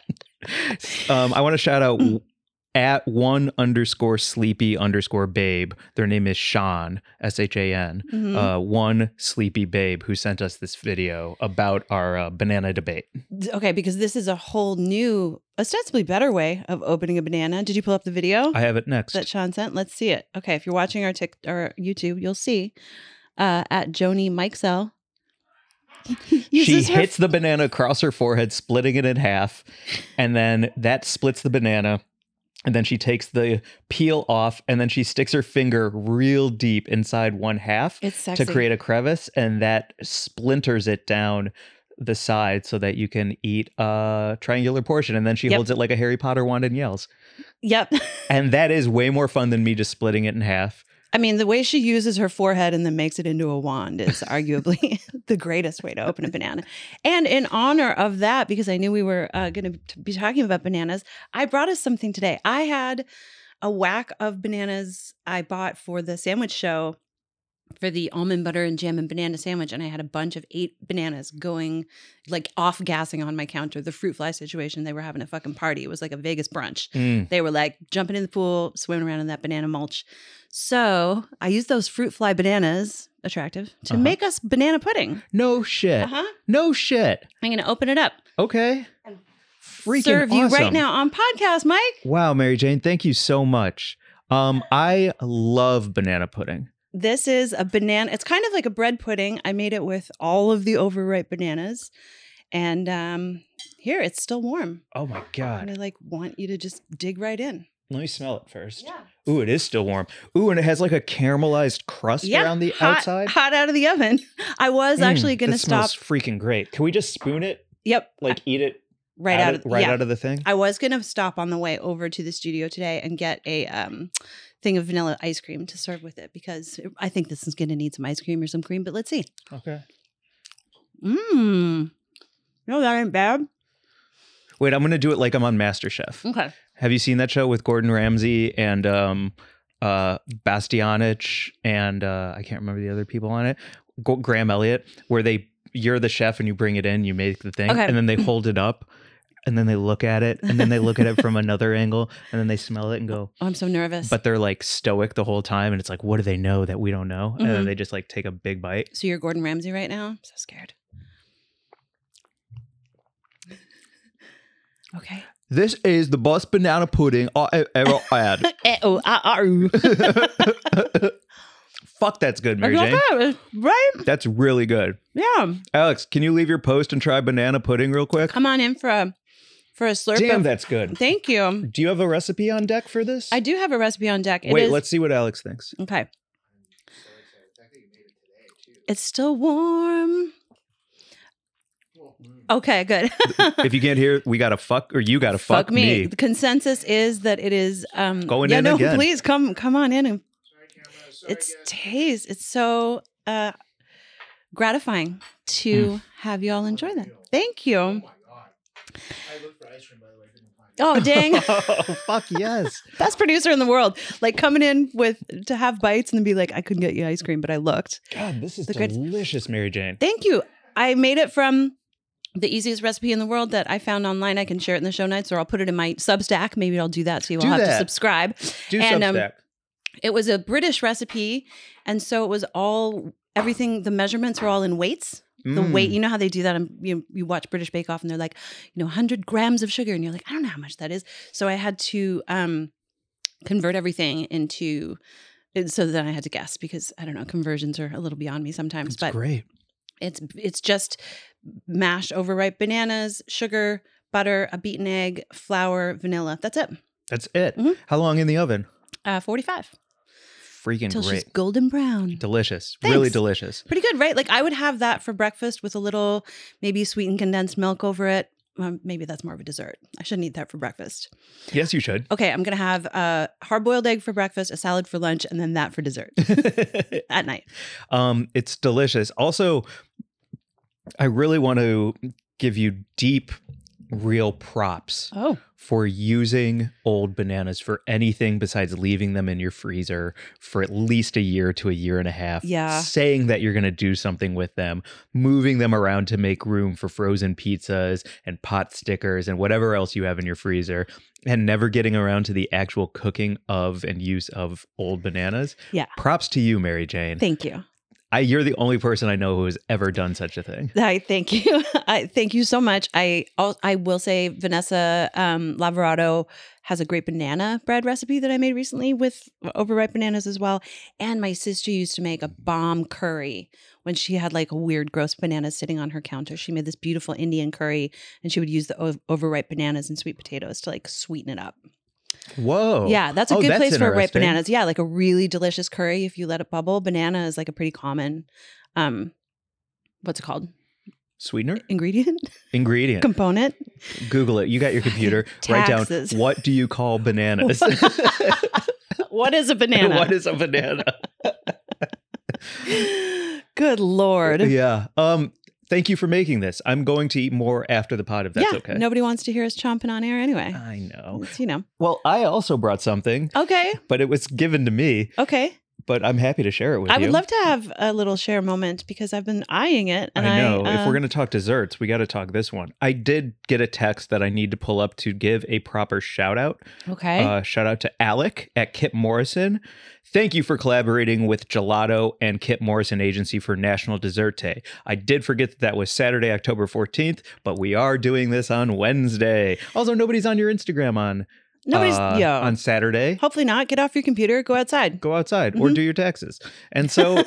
B: um, I want to shout out at one underscore sleepy underscore babe. Their name is Sean, S H A N,
A: Mhm.
B: uh, one sleepy babe who sent us this video about our uh, banana debate.
A: D- okay, because this is a whole new, ostensibly better way of opening a banana. Did you pull up the video
B: I have it next.
A: that Sean sent? Let's see it. Okay, if you're watching our tick our YouTube, you'll see uh, at Joni Mikesell.
B: she
A: uses her
B: hits the banana across her forehead, splitting it in half, and then that splits the banana. And then she takes the peel off, and then she sticks her finger real deep inside one half
A: It's sexy.
B: to create a crevice, and that splinters it down the side so that you can eat a triangular portion. And then she
A: Yep.
B: holds it like a Harry Potter wand and yells.
A: Yep.
B: And that is way more fun than me just splitting it in half.
A: I mean, the way she uses her forehead and then makes it into a wand is arguably the greatest way to open a banana. And in honor of that, because I knew we were uh, going to be talking about bananas, I brought us something today. I had a whack of bananas I bought for the sandwich show for the almond butter and jam and banana sandwich and i had a bunch of eight bananas going like off gassing on my counter the fruit fly situation they were having a fucking party it was like a vegas brunch
B: Mm.
A: they were like jumping in the pool, swimming around in that banana mulch. So I used those fruit fly bananas, attractive, to
B: Uh-huh. Eh.
A: make us banana pudding.
B: No shit.
A: Uh huh.
B: No shit.
A: I'm gonna open it up,
B: Okay. Freaking
A: serve you right
B: awesome.
A: now on podcast, Mike.
B: Wow, Mary Jane, thank you so much. Um, I love banana pudding.
A: This is a banana. It's kind of like a bread pudding. I made it with all of the overripe bananas, and um, here it's still warm.
B: Oh my
A: And
B: god.
A: I like want you to just dig right in.
B: Let me smell it first. Ooh, it is still warm. Ooh, and it has like a caramelized crust
A: Yeah,
B: around the
A: hot,
B: outside.
A: hot out of the oven. I was
B: Mm,
A: actually gonna
B: that
A: stop.
B: Smells freaking great. Can we just spoon it?
A: Yep,
B: Like eat it
A: right out, of,
B: right
A: yeah.
B: out of the thing?
A: I was gonna stop on the way over to the studio today and get a um, thing of vanilla ice cream to serve with it because I think this is gonna need some ice cream or some cream. But let's see.
B: okay.
A: Mmm. No, that ain't bad.
B: Wait, I'm gonna do it like I'm on MasterChef.
A: Okay.
B: Have you seen that show with Gordon Ramsay and um uh Bastianich and uh I can't remember the other people on it. G- Graham Elliott where they you're the chef and you bring it in, you make the thing
A: Okay.
B: and then they hold it up and then they look at it and then they look at it from another angle and then they smell it and go
A: Oh, I'm so nervous.
B: but they're like stoic the whole time and it's like what do they know that we don't know? And
A: Mhm.
B: then they just like take a big bite.
A: so you're Gordon Ramsay right now? I'm so scared. okay.
B: This is the best banana pudding I e, ever had.
A: oh,
B: Fuck that's good, Mary Jane.
A: right?
B: That's really good.
A: Yeah.
B: Alex, can you leave your post and try banana pudding real quick?
A: Come on in for a for a slurp.
B: Damn,
A: of-
B: that's good.
A: Thank you.
B: Do you have a recipe on deck for this?
A: I do have a recipe on deck. It
B: Wait,
A: is-
B: let's see what Alex thinks.
A: Okay.
C: So excited. The fact that you made it today too.
A: It's still warm.
C: Well,
A: Okay, good.
B: if you can't hear, we gotta fuck, or you gotta fuck, me.
A: The consensus is that it is um
B: Going
A: yeah,
B: in
A: no,
B: again.
A: please come come on in and
C: sorry, camera. Sorry,
A: it's
C: guys.
A: taste. It's so uh gratifying to have y'all enjoy that. Thank
C: Hmm. Oh
A: you.
C: my god. I looked for ice cream by the way. I couldn't find it.
A: Oh dang.
B: oh, fuck yes.
A: Best producer in the world. Like coming in with to have bites and then be like, I couldn't get you ice cream, but I looked.
B: God, this is
A: The greatest-
B: delicious, Mary Jane.
A: Thank you. I made it from the easiest recipe in the world that I found online. I can share it in the show notes or I'll put it in my Substack. Maybe I'll do that so you will
B: Do
A: have to
B: that.
A: subscribe.
B: Do
A: And, um,
B: Substack.
A: it was a British recipe, and so it was all everything. The measurements were all in weights, the
B: Mm.
A: weight. You know how they do that? And you, you watch British Bake Off, and they're like, you know, 100 grams of sugar, and you're like, I don't know how much that is. So I had to um, convert everything into. and So then I had to guess because I don't know conversions are a little beyond me sometimes.
B: It's
A: but
B: great.
A: it's it's just mashed overripe bananas, sugar, butter, a beaten egg, flour, vanilla. That's it.
B: That's it.
A: Mhm.
B: How long in the oven?
A: Uh, 45
B: Freaking
A: till she's
B: great.
A: golden brown.
B: Delicious.
A: Thanks.
B: Really delicious.
A: Pretty good, right? Like I would have that for breakfast with a little maybe sweetened condensed milk over it. Um, maybe that's more of a dessert. I shouldn't eat that for breakfast.
B: Yes, you should.
A: Okay, I'm gonna have a hard-boiled egg for breakfast, a salad for lunch, and then that for dessert at night.
B: um, it's delicious. Also, I really want to give you deep, real props
A: Oh,
B: for using old bananas for anything besides leaving them in your freezer for at least a year to a year and a half.
A: Yeah.
B: Saying that you're going to do something with them, moving them around to make room for frozen pizzas and pot stickers and whatever else you have in your freezer, and never getting around to the actual cooking of and use of old bananas.
A: Yeah.
B: Props to you, Mary Jane.
A: thank you.
B: I, you're the only person I know who has ever done such a thing.
A: I thank you. I thank you so much. I al- I will say Vanessa um, Lavarado has a great banana bread recipe that I made recently with overripe bananas as well. And my sister used to make a bomb curry when she had like a weird gross banana sitting on her counter. She made this beautiful Indian curry, and she would use the o- overripe bananas and sweet potatoes to like sweeten it up.
B: Whoa.
A: Yeah, that's a
B: Oh,
A: good
B: that's
A: place for ripe
B: interesting.
A: bananas. Yeah, like a really delicious curry if you let it bubble. Banana is like a pretty common, um, what's it called?
B: Sweetener?
A: Ingredient
B: Ingredient.
A: component.
B: Google it. You got your computer. Write down
A: Taxes.
B: what do you call bananas?
A: What is a banana?
B: what is a banana?
A: Good lord.
B: yeah. Um, thank you for making this. I'm going to eat more after the pot if that's
A: yeah,
B: okay. Oh.
A: nobody wants to hear us chomping on air anyway.
B: I know.
A: It's, you know.
B: Well, I also brought something,
A: Okay.
B: but it was given to me,
A: Okay.
B: but I'm happy to share it with
A: I
B: you.
A: would love to have a little share moment because I've been eyeing it. And I,
B: I know. if
A: uh,
B: we're going to talk desserts, we got to talk this one. I did get a text that I need to pull up to give a proper shout out.
A: Okay.
B: Uh, shout out to Alec at Kip Morrison. Thank you for collaborating with Gelato and Kip Morrison Agency for National Dessert Day. I did forget that that was Saturday, October 14th, but we are doing this on Wednesday. Also, nobody's on your Instagram on
A: Nobody's
B: uh,
A: yo.
B: on Saturday.
A: hopefully not. Get off your computer. Go outside.
B: Go outside
A: Mm-hmm.
B: or do your taxes. And so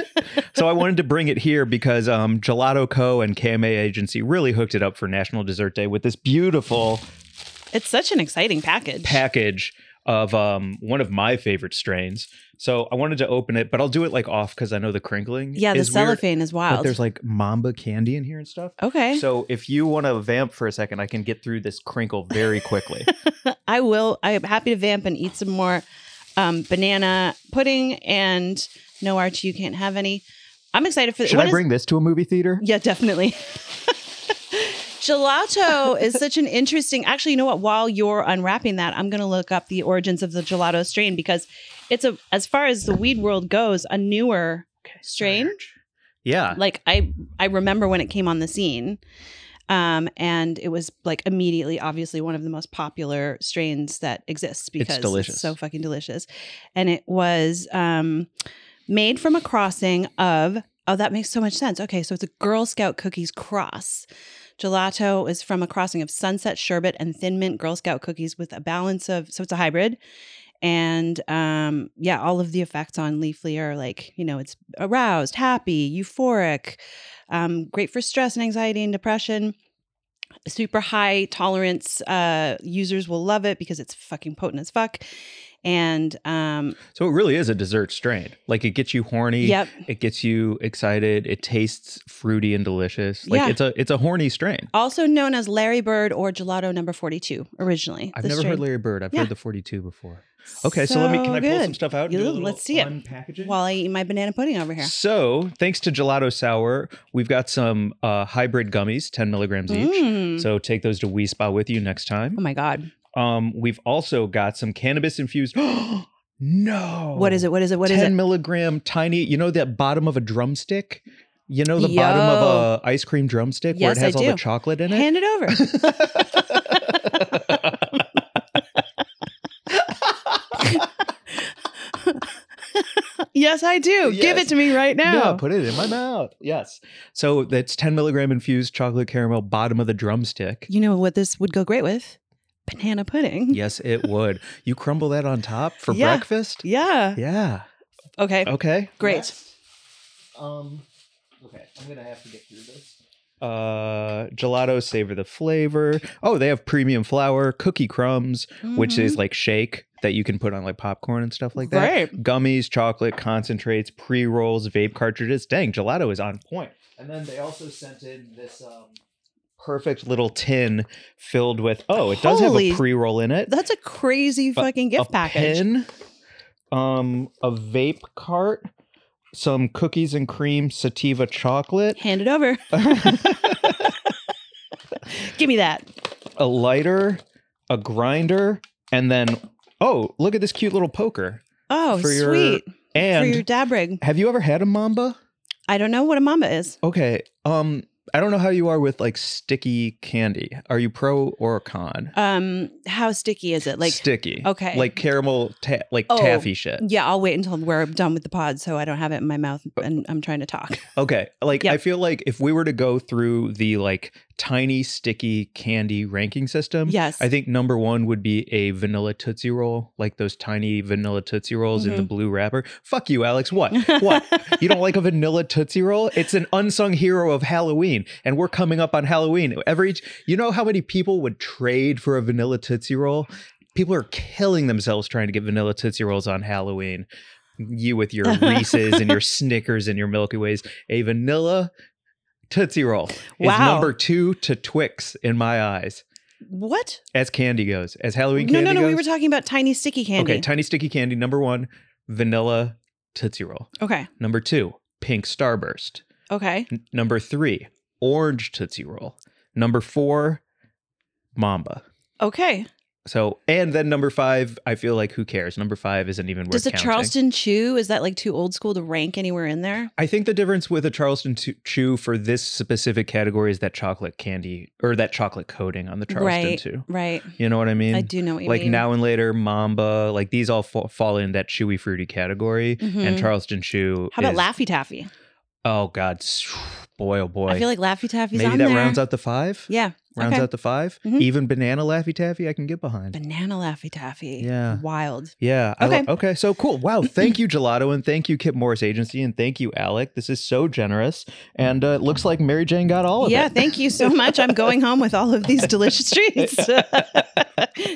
B: so I wanted to bring it here because um, Gelato Co. and KMA Agency really hooked it up for National Dessert Day with this beautiful
A: It's such an exciting package.
B: package of um one of my favorite strains. So I wanted to open it, but I'll do it like off because I know the crinkling.
A: yeah, the
B: is weird,
A: cellophane is
B: but
A: wild.
B: there's like mamba candy in here and stuff.
A: okay.
B: So if you want to vamp for a second, I can get through this crinkle very quickly.
A: I will. I am happy to vamp and eat some more um, banana pudding. And no, Archie, you can't have any. I'm excited for
B: Should
A: when
B: I
A: is-
B: bring this to a movie theater?
A: Yeah, definitely. gelato is such an interesting. Actually, you know what? While you're unwrapping that, I'm going to look up the origins of the gelato strain because it's a, as far as the weed world goes, a newer strain.
B: Yeah.
A: Like I, I remember when it came on the scene, um, and it was like immediately, obviously, one of the most popular strains that exists because
B: delicious.
A: so fucking delicious, and it was um, made from a crossing of oh, that makes so much sense. Okay, so it's a Girl Scout cookies cross. Gelato is from a crossing of sunset sherbet and thin mint Girl Scout cookies with a balance of so it's a hybrid. And um, yeah, all of the effects on Leafly are like, you know, it's aroused, happy, euphoric, um, great for stress and anxiety and depression. Super high tolerance. Uh, users will love it because it's fucking potent as fuck. And um,
B: So it really is a dessert strain. Like it gets you horny.
A: yep,
B: It gets you excited. It tastes fruity and delicious. Like
A: Yeah. Oh,
B: it's a it's a horny strain.
A: also known as Larry Bird or Gelato Number Forty Two originally.
B: I've
A: the
B: never heard
A: strain.
B: Larry Bird. I've
A: Yeah.
B: heard the 42 before. Okay, so, let me can I pull some
A: good.
B: stuff out? and
A: You-
B: do a little
A: let's see it.
B: unpackaging?
A: while I eat my banana pudding over here.
B: So, thanks to Gelato Sour, we've got some uh, hybrid gummies, 10 milligrams
A: Mm.
B: each. So, take those to Wee Spa with you next time.
A: Oh my god,
B: Um, we've also got some cannabis infused. no.
A: what is it? What is it? What is
B: 10
A: it?
B: milligram tiny, you know, that bottom of a drumstick? You know, the bottom
A: Yo.
B: of a ice cream drumstick where it
A: Yes, I
B: has all the
A: do.
B: chocolate in it?
A: Hand it over. Yes, I do. Give
B: Yes.
A: it to me right now.
B: Yeah, put it in my mouth. Yes. So that's 10 milligram infused chocolate caramel, bottom of the drumstick.
A: you know what this would go great with? Banana pudding.
B: Yes, it would. You crumble that on top for
A: Yeah.
B: breakfast.
A: Yeah.
B: Yeah.
A: Okay.
B: Okay.
A: Great.
B: Um. Okay, I'm gonna have to get through this. Uh, gelato savor the flavor. Oh, they have premium flour, cookie crumbs, which
A: Mm-hmm.
B: is like shake that you can put on like popcorn and stuff like that.
A: Right.
B: Gummies, chocolate, concentrates, pre rolls, vape cartridges. Dang, gelato is on point. And then they also sent in this um perfect little tin filled with oh, it does
A: Holy-
B: have a pre roll in it.
A: That's a crazy fucking gift
B: a
A: package.
B: Pen, um, a vape cart, some cookies and cream sativa chocolate,
A: Hand it over. Give me that.
B: a lighter, a grinder, and then oh, look at this cute little poker.
A: Oh,
B: For your-
A: sweet. For
B: And
A: your dab rig.
B: have you ever had a mamba?
A: I don't know what a mamba is.
B: Okay. Um, I don't know how you are with like sticky candy. Are you pro or con?
A: Um, how sticky is it? Like,
B: sticky.
A: okay.
B: Like caramel, ta- like
A: Oh.
B: taffy shit.
A: yeah, I'll wait until we're done with the pod so I don't have it in my mouth and I'm trying to talk.
B: Okay. Like
A: Yep.
B: I feel like if we were to go through the like tiny sticky candy ranking system,
A: Yes.
B: I think number one would be a vanilla Tootsie Roll, like those tiny vanilla Tootsie Rolls
A: Mm-hmm.
B: in the blue wrapper. Fuck you, Alex. What? What? you don't like a vanilla Tootsie Roll? It's an unsung hero of Halloween. And we're coming up on Halloween. Every you know how many people would trade for a vanilla Tootsie Roll? People are killing themselves trying to get vanilla Tootsie Rolls on Halloween. You with your Reese's and your Snickers and your Milky Ways. A vanilla Tootsie Roll is
A: Wow.
B: number two to Twix in my eyes.
A: What?
B: As candy goes, as Halloween
A: No,
B: candy
A: no, no.
B: goes.
A: We were talking about tiny sticky candy.
B: Okay, tiny sticky candy. Number one, vanilla Tootsie Roll.
A: okay.
B: Number two, pink Starburst.
A: Okay.
B: N- number three, orange Tootsie Roll. Number four, Mamba.
A: Okay.
B: So, and then number five, I feel like who cares? Number five isn't even worth
A: Does the
B: counting.
A: Charleston Chew is that like too old school to rank anywhere in there?
B: I think the difference with a Charleston to- Chew for this specific category is that chocolate candy or that chocolate coating on the Charleston
A: right.
B: Chew.
A: Right.
B: You know what I mean?
A: I do know what you
B: like
A: mean.
B: now and later mamba like these all fall, fall in that chewy fruity category and
A: Mhm.
B: charleston chew
A: How about
B: is-
A: Laffy Taffy?
B: oh god s- boy oh boy
A: I feel like Laffy Taffy's
B: maybe
A: on
B: that
A: there.
B: rounds out the five
A: Yeah.
B: rounds
A: okay.
B: out the 5
A: Mhm.
B: even banana laffy taffy i can get behind
A: Banana Laffy Taffy.
B: Yeah.
A: Wild.
B: yeah. I li-
A: Okay.
B: okay. So cool. Wow. Thank you, Gelato, and thank you, Kip Morris Agency, and thank you, Alec. This is so generous, and uh, it looks like Mary Jane got all of
A: yeah.
B: it.
A: Thank you so much. I'm going home with all of these delicious treats.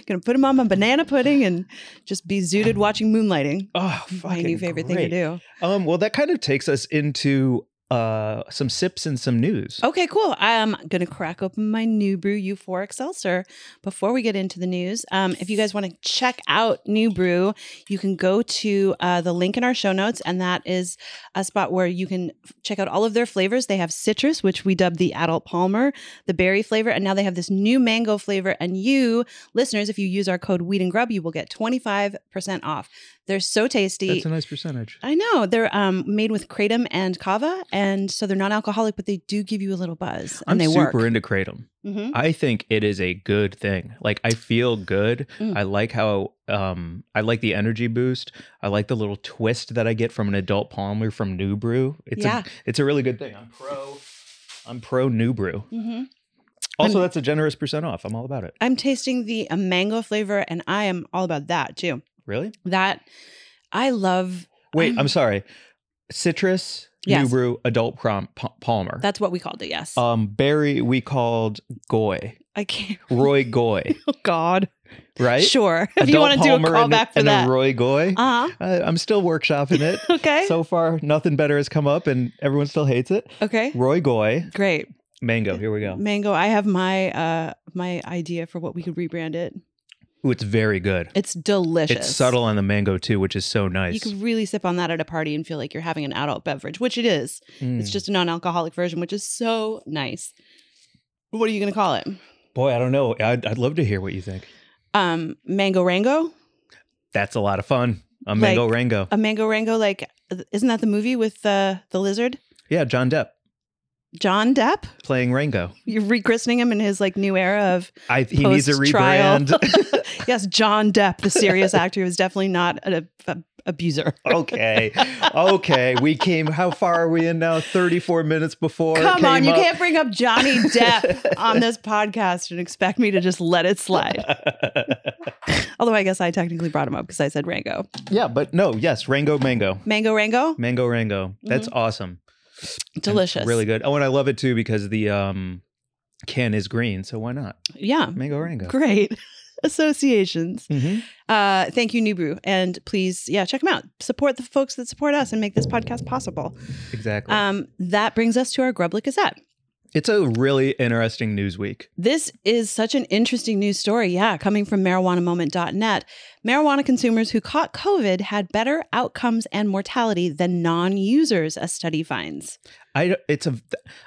A: Gonna put them on my banana pudding and just be zooted watching moonlighting.
B: Oh,
A: My new
B: fucking
A: favorite thing
B: great.
A: to do.
B: Um, well, that kind of takes us into uh some sips and some news.
A: Okay, cool. I'm gonna crack open my new brew euphoric seltzer before we get into the news. Um, if you guys want to check out New Brew, you can go to uh, the link in our show notes, and that is a spot where you can f- check out all of their flavors. They have citrus, which we dub the adult Palmer, the berry flavor, and now they have this new mango flavor. And you listeners, if you use our code Weed and Grub, you will get 25% off. They're so tasty.
B: That's a nice percentage.
A: I know they're um, made with kratom and kava, and so they're non-alcoholic, but they do give you a little buzz, and
B: I'm
A: they
B: super
A: work.
B: into kratom.
A: Mhm.
B: I think it is a good thing. Like I feel good.
A: Mm.
B: I like how um I like the energy boost. I like the little twist that I get from an adult palmer from New Brew. It's
A: Yeah.
B: a it's a really good thing. I'm pro I'm pro New Brew.
A: Mhm.
B: Also, that's a generous percent off. I'm all about it.
A: I'm tasting the uh, mango flavor, and I am all about that too.
B: Really?
A: That I love.
B: Wait, I'm sorry. Citrus, New
A: Yes.
B: Brew, adult prom, pa- palmer.
A: That's what we called it. Yes,
B: um berry we called goy.
A: I can't.
B: Roy Goy,
A: Oh God.
B: right?
A: Sure. If you
B: Adult
A: want to do a
B: Palmer and
A: callback for
B: and
A: that.
B: a Roy Goy.
A: uh huh.
B: I, I'm still workshopping it.
A: Okay.
B: So far, nothing better has come up, and everyone still hates it.
A: okay.
B: Roy Goy,
A: Great.
B: mango. Here we go.
A: Mango. I have my uh my idea for what we could rebrand it.
B: Ooh, it's very good.
A: It's delicious.
B: It's subtle on the mango too, which is so
A: You
B: nice.
A: could really sip on that at a party and feel like you're having an adult beverage, which it is. It's
B: Mm.
A: just a non-alcoholic version, which is so nice. What are you going to call it?
B: boy, I don't know. I'd, I'd love to hear what you think.
A: Um, mango rango?
B: That's a lot of fun. A mango
A: Like- uh,
B: rango.
A: A mango rango? Like, isn't that the movie with uh, the lizard,
B: Yeah, John Depp
A: John Depp?
B: playing Rango.
A: You're rechristening him in his like new era of
B: I he needs a
A: post-trial.
B: rebrand.
A: yes, John Depp, the serious actor, who is definitely not a, a, abuser.
B: Okay. Okay. We came, how far are we in now? 34 minutes before. it
A: Come on,
B: came
A: you
B: up.
A: can't bring up Johnny Depp on this podcast and expect me to just let it slide. Although I guess I technically brought him up because I said Rango.
B: yeah, but no, yes, Rango Mango.
A: Mango Rango,
B: Mango Rango. That's
A: Mm-hmm.
B: awesome. And it's
A: delicious.
B: Really good. Oh, and I love it too because the um can is green, so why not?
A: Yeah,
B: Mango Rango.
A: great. Associations.
B: hmm
A: Uh, thank you, New Brew. And please, yeah, check them out. Support the folks that support us and make this podcast possible.
B: Exactly.
A: Um, that brings us to our Grublik Gazette.
B: it's a really interesting news week.
A: This is such an interesting news story. Yeah, coming from marijuanamoment.net. Marijuana consumers who caught COVID had better outcomes and mortality than non users, a study finds.
B: I it's a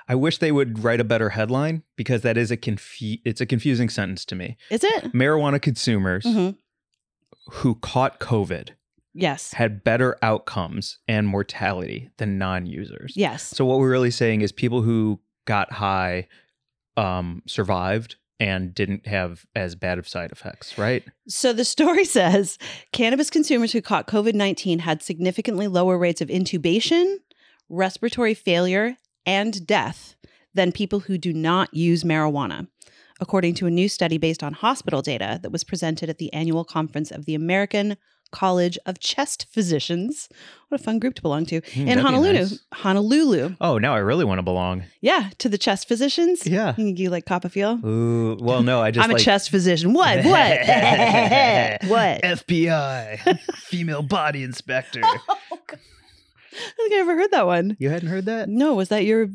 B: I wish they would write a better headline because that is a confu- it's a confusing sentence to me.
A: Is it?
B: Marijuana consumers
A: Mhm.
B: who caught COVID
A: Yes.
B: had better outcomes and mortality than non-users.
A: Yes.
B: So what we're really saying is people who got high um survived and didn't have as bad of side effects, right?
A: So the story says cannabis consumers who caught COVID 19 had significantly lower rates of intubation, respiratory failure, and death than people who do not use marijuana, according to a new study based on hospital data that was presented at the annual conference of the American College of Chest Physicians. What a fun group to belong to
B: Hmm,
A: in
B: that'd be
A: Honolulu.
B: nice.
A: Honolulu.
B: Oh, now I really want to belong.
A: Yeah, to the chest physicians.
B: Yeah.
A: You, you like cop a feel?
B: Ooh, well, no, I just
A: I'm a
B: like-
A: chest physician. What? What? what?
B: FBI, female body inspector.
A: I don't think I ever heard that one.
B: You hadn't heard that?
A: No, was that your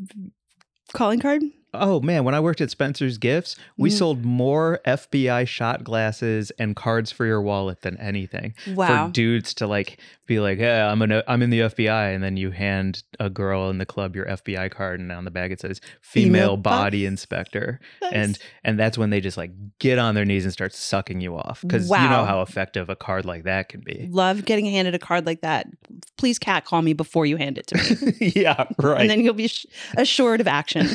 A: calling card?
B: Oh man, when I worked at Spencer's Gifts, we
A: Mm.
B: sold more FBI shot glasses and cards for your wallet than anything. For dudes to like be like, "Yeah, I'm an I'm in the FBI," and then you hand a girl in the club your FBI card, and on the back it says "female,
A: Female bo-
B: body inspector," and and that's when they just like get on their knees and start sucking you off because you know
A: Wow.
B: how effective a card like that can be.
A: love getting handed a card like that. Please cat call me before you hand it to me.
B: yeah, right.
A: Mm. And then you'll be sh- assured of action.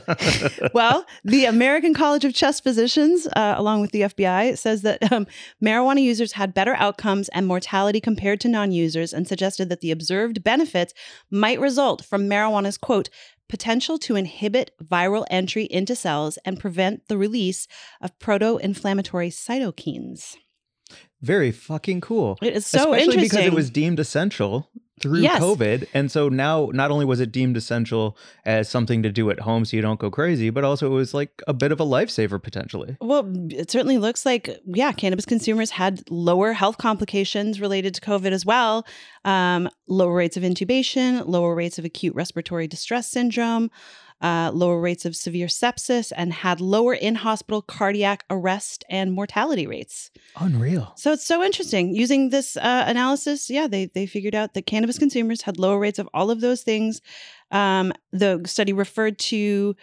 A: well, the American College of Chest Physicians, uh, along with the FBI, says that um, marijuana users had better outcomes and mortality compared to non users and suggested that the observed benefits might result from marijuana's quote, potential to inhibit viral entry into cells and prevent the release of proto inflammatory cytokines.
B: Very fucking cool.
A: It is so
B: Especially
A: interesting.
B: because it was deemed essential through
A: Yes.
B: COVID. And so now not only was it deemed essential as something to do at home so you don't go crazy, but also it was like a bit of a lifesaver potentially.
A: Well, it certainly looks like, yeah, cannabis consumers had lower health complications related to COVID as well. Um, lower rates of intubation, lower rates of acute respiratory distress syndrome, uh, lower rates of severe sepsis, and had lower in hospital cardiac arrest and mortality rates.
B: Unreal.
A: So it's so interesting. Using this uh, analysis, yeah, they, they figured out that cannabis consumers had lower rates of all of those things. Um, the study referred to,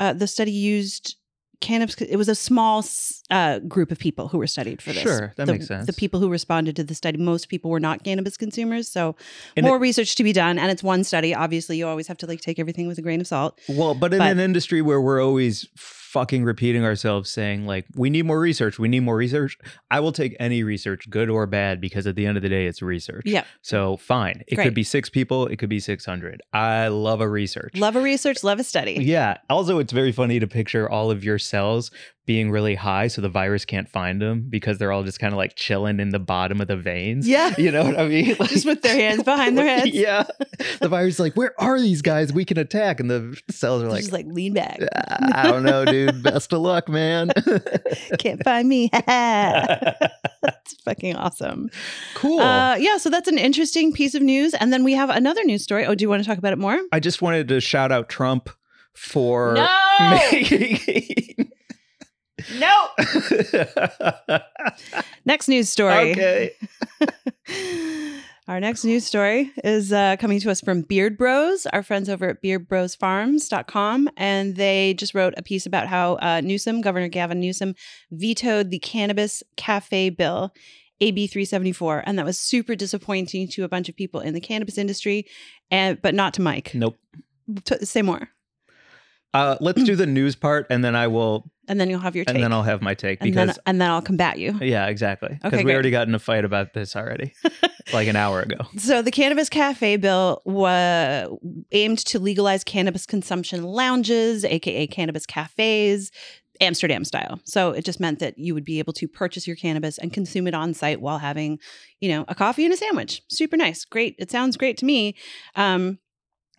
A: uh, the study used cannabis, it was a small s- uh, group of people who were studied for this.
B: Sure, that
A: the,
B: makes sense.
A: The people who responded to the study, most people were not cannabis consumers. So
B: And
A: more research to be done. And it's one study. Obviously, you always have to like take everything with a grain of salt.
B: Well, but in
A: But-
B: an industry where we're always fucking repeating ourselves saying like we need more research, we need more research, I will take any research, good or bad, because at the end of the day it's research.
A: Yeah.
B: So fine. It
A: Great.
B: could be 6 people, it could be 600. I love a research.
A: Love a research, love a study.
B: Yeah. Also, it's very funny to picture all of your cells being really high so the virus can't find them because they're all just kind of like chilling in the bottom of the veins.
A: Yeah.
B: You know what I mean?
A: Just with their hands behind their heads.
B: yeah. The virus is like, where are these guys we can attack? And the cells are
A: They're
B: like,
A: just like lean back.
B: "Ah, I don't know, dude. Best of luck, man.
A: Can't find me. That's fucking awesome.
B: cool.
A: Uh, yeah, so that's an interesting piece of news. And then we have another news story. Oh, do you want to talk about it more?
B: I just wanted to shout out Trump for
A: No!
B: making.
A: No. Next news story.
B: okay.
A: Our next news story is uh, coming to us from Beard Bros, our friends over at beardbrosfarms.com. And they just wrote a piece about how uh, Newsom, Governor Gavin Newsom, vetoed the cannabis cafe bill, AB 374. And that was super disappointing to a bunch of people in the cannabis industry, and but not to Mike.
B: Nope.
A: T- say more.
B: Uh, let's do the news part, and then I will,
A: and then you'll have your take.
B: and then I'll have my take
A: and
B: because
A: then, and then I'll combat you.
B: yeah, exactly. Because
A: Okay,
B: we
A: great.
B: already got in a fight about this already, like an hour ago.
A: So the Cannabis Cafe bill was aimed to legalize cannabis consumption lounges, aka cannabis cafes, Amsterdam style. So it just meant that you would be able to purchase your cannabis and consume it on site while having, you know, a coffee and a sandwich. Super nice. Great. It sounds great to me. Um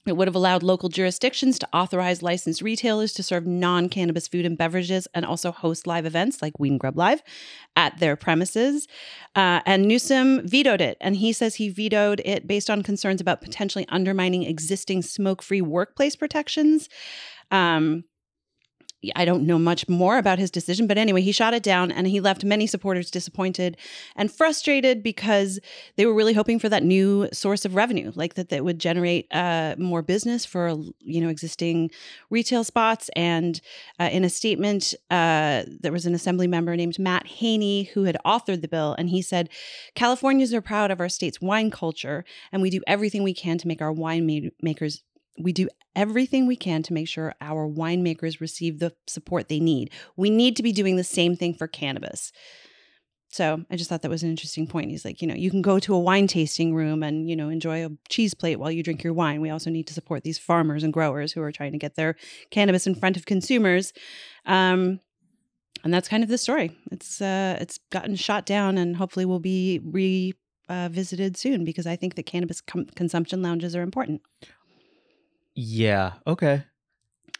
A: it would have allowed local jurisdictions to authorize licensed retailers to serve non cannabis food and beverages and also host live events like Ween Grub Live at their premises. Uh, and Newsom vetoed it. And he says he vetoed it based on concerns about potentially undermining existing smoke free workplace protections. Um, I don't know much more about his decision, but anyway, he shot it down and he left many supporters disappointed and frustrated because they were really hoping for that new source of revenue, like that that would generate uh, more business for you know existing retail spots. And uh, in a statement, uh, there was an assembly member named Matt Haney who had authored the bill, and he said, "Californians are proud of our state's wine culture, and we do everything we can to make our winemakers." We do everything we can to make sure our winemakers receive the support they need. We need to be doing the same thing for cannabis. So I just thought that was an interesting point. He's like, you know, you can go to a wine tasting room and, you know, enjoy a cheese plate while you drink your wine. We also need to support these farmers and growers who are trying to get their cannabis in front of consumers. Um, and that's kind of the story. It's uh, it's gotten shot down and hopefully will be re uh, visited soon because I think that cannabis com- consumption lounges are important.
B: Yeah. Okay.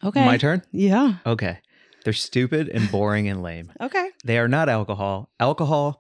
A: Okay.
B: My turn.
A: Yeah.
B: Okay. They're stupid and boring and lame.
A: Okay.
B: They are not alcohol. Alcohol.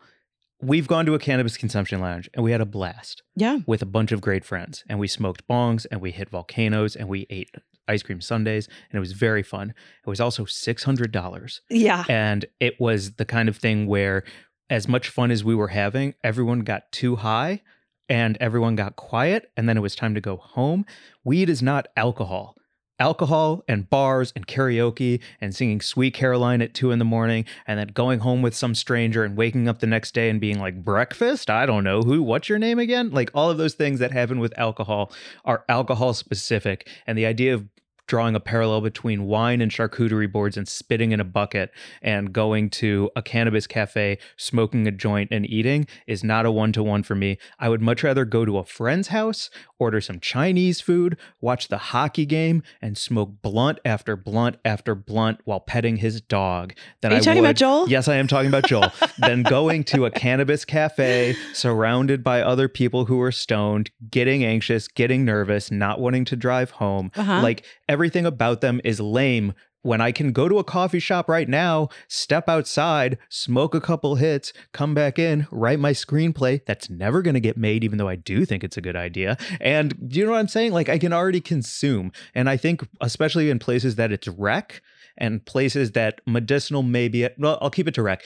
B: We've gone to a cannabis consumption lounge and we had a blast.
A: Yeah.
B: with a bunch of great friends and we smoked bongs and we hit volcanoes and we ate ice cream sundaes and it was very fun it was also $600
A: Yeah.
B: and it was the kind of thing where as much fun as we were having everyone got too high and everyone got quiet and then it was time to go home weed is not alcohol alcohol and bars and karaoke and singing sweet caroline at two in the morning and then going home with some stranger and waking up the next day and being like breakfast i don't know who what's your name again like all of those things that happen with alcohol are alcohol specific and the idea of drawing a parallel between wine and charcuterie boards and spitting in a bucket and going to a cannabis cafe smoking a joint and eating is not a one-to-one for me i would much rather go to a friend's house order some chinese food watch the hockey game and smoke blunt after blunt after blunt while petting his dog than
A: Are you
B: I
A: talking about
B: would-
A: Joel?
B: Yes, I am talking about Joel. then going to a cannabis cafe surrounded by other people who are stoned, getting anxious, getting nervous, not wanting to drive home.
A: Uh-huh.
B: Like everything about them is lame. When I can go to a coffee shop right now, step outside, smoke a couple hits, come back in, write my screenplay that's never going to get made, even though I do think it's a good idea. And do you know what I'm saying? Like I can already consume. And I think, especially in places that it's rec, and places that medicinal maybe well i'll keep it to rec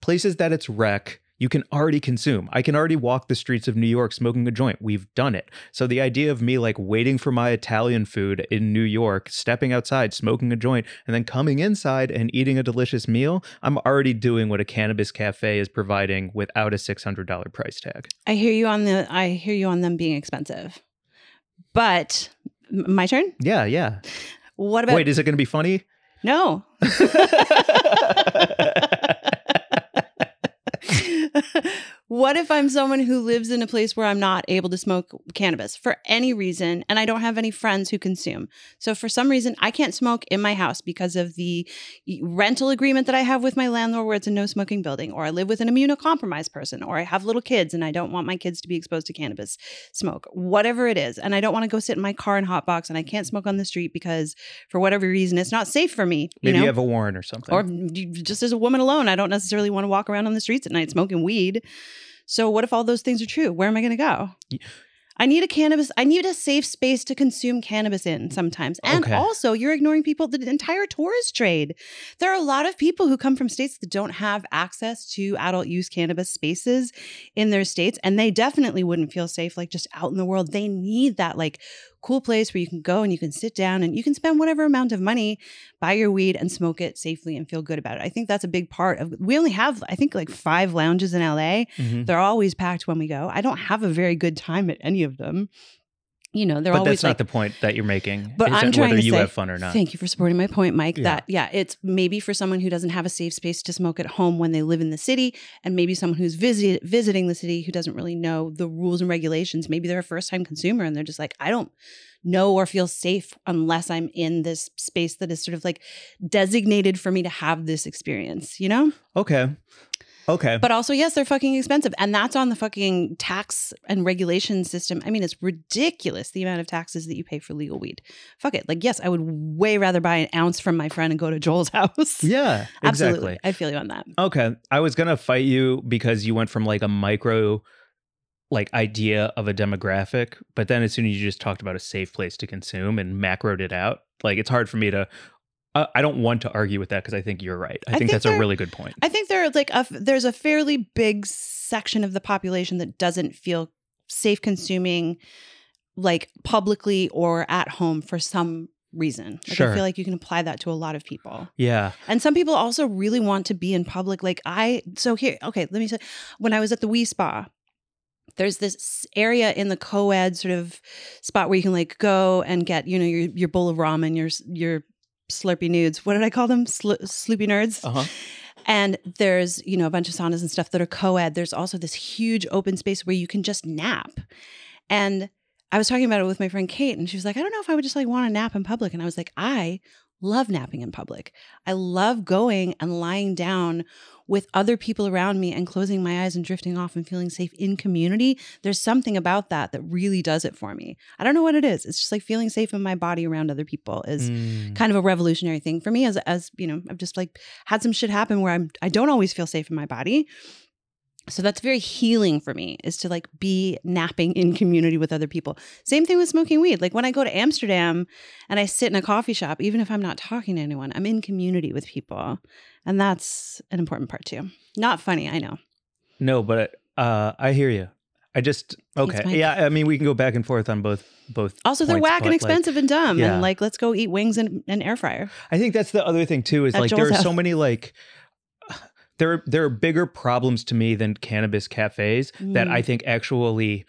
B: places that it's rec you can already consume i can already walk the streets of new york smoking a joint we've done it so the idea of me like waiting for my italian food in new york stepping outside smoking a joint and then coming inside and eating a delicious meal i'm already doing what a cannabis cafe is providing without a $600 price tag
A: I hear you on the I hear you on them being expensive. But m- my turn?
B: yeah yeah
A: What about
B: wait is it going to be funny
A: No. what if I'm someone who lives in a place where I'm not able to smoke cannabis for any reason and I don't have any friends who consume? So for some reason I can't smoke in my house because of the e, rental agreement that I have with my landlord where it's a no smoking building or I live with an immunocompromised person or I have little kids and I don't want my kids to be exposed to cannabis smoke. Whatever it is and I don't want to go sit in my car and hotbox and I can't smoke on the street because for whatever reason it's not safe for me, you
B: maybe you,
A: know.
B: have a warrant or something
A: or you- just as a woman alone, I don't necessarily want to walk around on the streets at night smoking weed. So what if all those things are true? Where am I going to go?
B: Y-
A: I need a cannabis. I need a safe space to consume cannabis in sometimes. And
B: Okay.
A: also, you're ignoring people, the entire tourist trade. There are a lot of people who come from states that don't have access to adult use cannabis spaces in their states. And they definitely wouldn't feel safe, like just out in the world. They need that, like, cool place where you can go and you can sit down and you can spend whatever amount of money buy your weed and smoke it safely and feel good about it. I think that's a big part of we only have I think like 5 lounges in LA.
B: Mhm.
A: They're always packed when we go. I don't have a very good time at any of them. you know, they're
B: but
A: always
B: that's not
A: like
B: the point that you're making.
A: But
B: is
A: I'm
B: that
A: trying
B: whether
A: to
B: you
A: say,
B: have fun or not.
A: Thank you for supporting my point, Mike.
B: Yeah.
A: That yeah, it's maybe for someone who doesn't have a safe space to smoke at home when they live in the city, and maybe someone who's visit, visiting the city who doesn't really know the rules and regulations. Maybe they're a first time consumer and they're just like, I don't know or feel safe unless I'm in this space that is sort of like designated for me to have this experience. You know.
B: okay. Okay.
A: But also, yes, they're fucking expensive. And that's on the fucking tax and regulation system. I mean, it's ridiculous the amount of taxes that you pay for legal weed. Fuck it. Like, yes, I would way rather buy an ounce from my friend and go to Joel's house.
B: yeah.
A: Absolutely.
B: Exactly.
A: I feel you on that.
B: Okay. I was gonna fight you because you went from like a micro like idea of a demographic, but then as soon as you just talked about a safe place to consume and macroed it out, like it's hard for me to I, I don't want to argue with that because I think you're right.
A: I
B: I, think,
A: think
B: that's a
A: there-
B: really good point.
A: I think there are like a, there's a fairly big section of the population that doesn't feel safe consuming like publicly or at home for some reason. Like,
B: Sure.
A: I feel like you can apply that to a lot of people.
B: yeah.
A: And some people also really want to be in public. Like I, so here, okay, let me say, when I was at the Wee Spa, there's this area in the co-ed sort of spot where you can like go and get, you know, your your bowl of ramen, your your slurpy nudes. What did I call them? Sl- sloopy nerds.
B: Uh-huh.
A: And there's, you know, a bunch of saunas and stuff that are co ed. There's also this huge open space where you can just nap. And I was talking about it with my friend Kate, and she was like, I don't know if I would just like want to nap in public. And I was like, I love napping in public. I love going and lying down with other people around me and closing my eyes and drifting off and feeling safe in community. There's something about that that really does it for me. I don't know what it is. It's just like feeling safe in my body around other people is
B: Mm.
A: kind of a revolutionary thing for me as as you know i've just like had some shit happen where i'm i don't always feel safe in my body so that's very healing for me is to like be napping in community with other people same thing with smoking weed like when i go to amsterdam and i sit in a coffee shop even if i'm not talking to anyone i'm in community with people and that's an important part too not funny i know
B: No, but uh I hear you. I just
A: Thanks,
B: okay.
A: Mike.
B: Yeah, I mean we can go back and forth on both both
A: also they're
B: points,
A: whack
B: but,
A: and
B: like,
A: expensive and dumb
B: yeah.
A: and like let's go eat wings and an air fryer
B: I think that's the other thing too is
A: At
B: like
A: Joel's
B: there are so
A: house.
B: many like there are, there are bigger problems to me than cannabis cafes that
A: Mm.
B: I think actually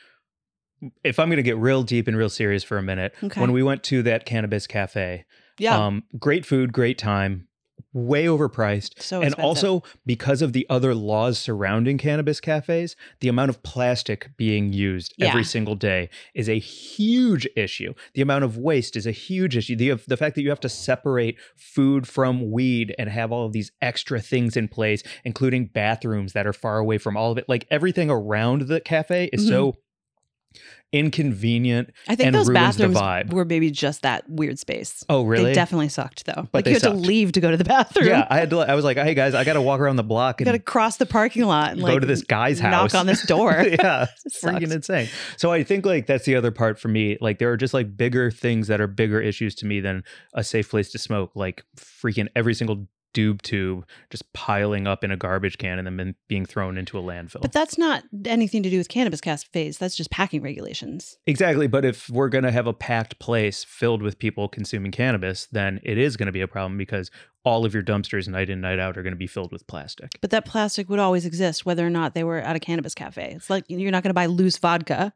B: if I'm going to get real deep and real serious for a minute
A: Okay.
B: when we went to that cannabis cafe um great food great time way overpriced
A: so
B: and
A: expensive.
B: also because of the other laws surrounding cannabis cafes, the amount of plastic being used every
A: Yeah.
B: single day is a huge issue. The amount of waste is a huge issue. The uh, the fact that you have to separate food from weed and have all of these extra things in place, including bathrooms that are far away from all of it, like everything around the cafe is so
A: Mm-hmm.
B: inconvenient.
A: I think
B: and
A: those
B: ruins the
A: bathrooms
B: vibe.
A: were maybe just that weird space.
B: Oh, really?
A: They definitely sucked though. like
B: they
A: you had
B: sucked.
A: to leave to go to the bathroom.
B: yeah, I had to. I was like, "Hey guys, I got to walk around the block
A: You
B: and
A: got to cross the parking lot and
B: go
A: like
B: to this guy's
A: knock
B: house.
A: on this door.
B: yeah,
A: It sucks.
B: freaking insane. So I think like that's the other part for me. Like there are just like bigger things that are bigger issues to me than a safe place to smoke. Like freaking every single doob tube just piling up in a garbage can and then been- being thrown into a landfill.
A: But that's not anything to do with cannabis cafes. That's just packing regulations.
B: exactly. But if we're gonna have a packed place filled with people consuming cannabis, then it is gonna be a problem because all of your dumpsters night in night out are gonna be filled with plastic.
A: But that plastic would always exist whether or not they were at a cannabis cafe. It's like you're not going to buy loose vodka.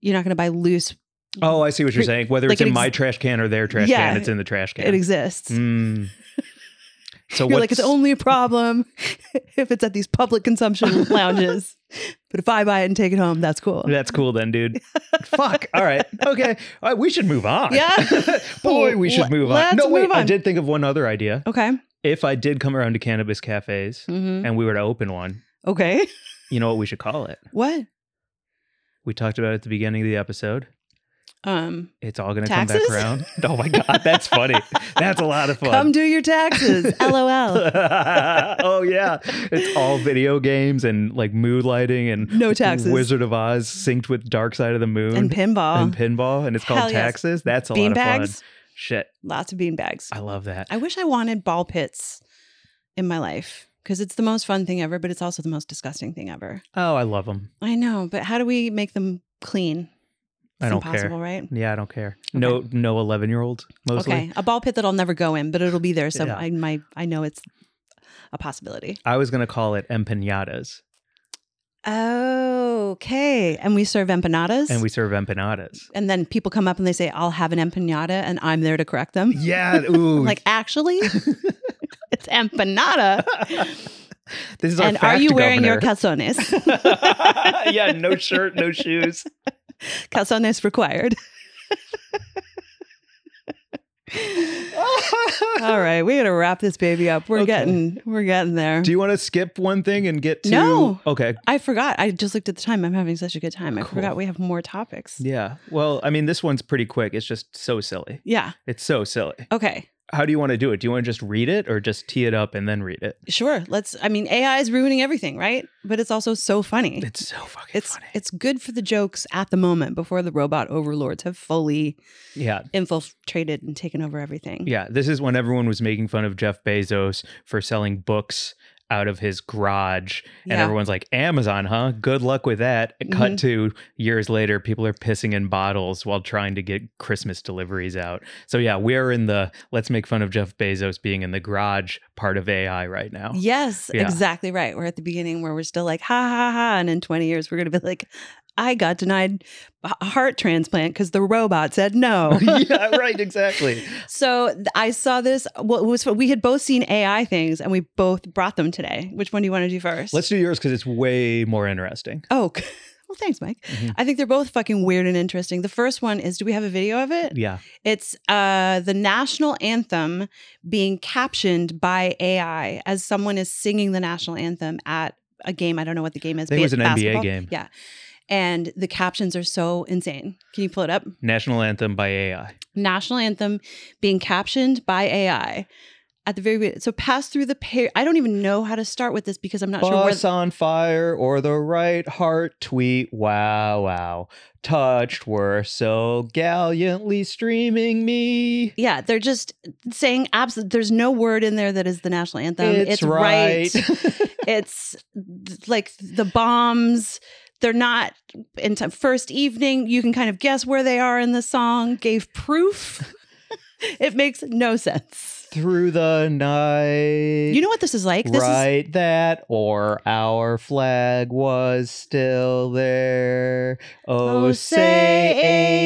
A: You're not going to buy loose.
B: Oh, I see what you're
A: Pre-
B: saying. Whether
A: like
B: it's
A: it
B: in
A: ex-
B: my trash can or their trash
A: Yeah,
B: can, it's in the trash can.
A: It exists.
B: Mm. So
A: You're
B: what's
A: like it's only a problem if it's at these public consumption lounges. But if I buy it and take it home, that's cool.
B: that's cool then, dude. Fuck. All right. Okay. All right, we should move on.
A: Yeah.
B: Boy, we should
A: Let-
B: move on.
A: let's
B: no, wait.
A: move
B: I
A: on.
B: did think of one other idea.
A: Okay.
B: If I did come around to cannabis cafes
A: hmm
B: and we were to open one,
A: Okay.
B: you know what we should call it?
A: What?
B: We talked about it at the beginning of the episode.
A: Um,
B: It's all going to come back
A: Taxes?
B: around. Oh my god, that's funny. that's a lot of fun.
A: come do your taxes. LOL.
B: oh yeah, it's all video games and like mood lighting and
A: No taxes.
B: Wizard of Oz synced with Dark Side of the Moon
A: And pinball.
B: and pinball, and it's called
A: Hell yes.
B: taxes. That's a lot
A: bean
B: of
A: bags.
B: fun. Shit,
A: Lots of bean bags.
B: I love that.
A: I wish I wanted ball pits in my life because it's the most fun thing ever, but it's also the most disgusting thing ever.
B: Oh, I love them.
A: I know, but how do we make them clean?
B: I
A: It's
B: don't care.
A: impossible, right?
B: Yeah, I don't care. No, no, eleven year olds mostly.
A: Okay, a ball pit that I'll never go in, but it'll be there. So
B: Yeah.
A: I my I know it's a possibility.
B: I was gonna call it empanadas.
A: okay. And we serve empanadas.
B: and we serve empanadas.
A: and then people come up and they say, I'll have an empanada, and I'm there to correct them.
B: Yeah, ooh,
A: I'm like, actually, it's empanada.
B: this is our
A: and are you
B: fact
A: wearing your
B: governor.
A: calzones?
B: yeah, no shirt, no shoes.
A: calzones required. All right, we gotta wrap this baby up. We're
B: Okay.
A: getting we're getting there.
B: Do you want to skip one thing and get to?
A: No.
B: Okay.
A: I forgot. I just looked at the time. I'm having such a good time. I
B: Cool.
A: forgot we have more topics. Yeah.
B: Yeah. Well, I mean, this one's pretty quick. It's just so silly. It's so silly.
A: Okay.
B: How do you want to do it? Do you want to just read it or just tee it up and then read it?
A: Sure. Let's. I mean, AI is ruining everything, right? But it's also so funny.
B: It's so fucking
A: It's
B: funny.
A: it's good for the jokes at the moment before the robot overlords have fully
B: yeah.
A: infiltrated and taken over everything.
B: Yeah. This is when everyone was making fun of Jeff Bezos for selling books out of his garage. And
A: Yeah.
B: everyone's like, Amazon, huh? Good luck with that. Cut to years later, people are pissing in bottles while trying to get Christmas deliveries out. So, yeah, we're in the let's make fun of Jeff Bezos being in the garage part of AI right now.
A: Yes,
B: Yeah.
A: exactly right. We're at the beginning where we're still like, ha ha ha. And in 20 years, we're going to be like, I got denied a heart transplant because the robot said no.
B: yeah, right, exactly.
A: so th- I saw this. Well, it was we had both seen AI things and we both brought them today. Which one do you want to do first?
B: Let's do yours because it's way more interesting.
A: Oh, well, thanks, Mike.
B: Mhm.
A: I think they're both fucking weird and interesting. The first one is do we have a video of it?
B: Yeah.
A: It's uh, the national anthem being captioned by AI as someone is singing the national anthem at a game. I don't know what the game is.
B: I think it was
A: ba-
B: an NBA
A: basketball?
B: game.
A: Yeah. And the captions are so insane. Can you pull it up?
B: National anthem by AI.
A: National anthem being captioned by AI at the very beginning. So pass through the pair. I don't even know how to start with this because I'm not sure where.
B: Bus on fire or the right heart tweet. Wow, wow. Touched were so gallantly streaming me.
A: yeah, they're just saying absolutely. There's no word in there that is the national anthem.
B: it's, right.
A: it's th- like the bombs they're not in t- first evening you can kind of guess where they are in the song gave proof it makes no sense
B: Through the night.
A: you know what this is like this is
B: right that or our flag was still there. Oh, say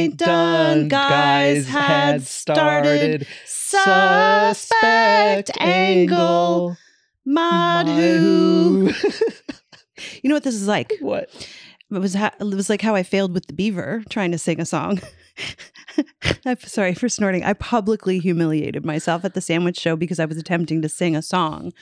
B: ain't done, guys had started.
A: suspect angle mod who
B: Who?
A: you know what this is like
B: what?
A: it was ha- it was like how I failed with the beaver trying to sing a song. I'm sorry for snorting. I publicly humiliated myself at the sandwich show because I was attempting to sing a song.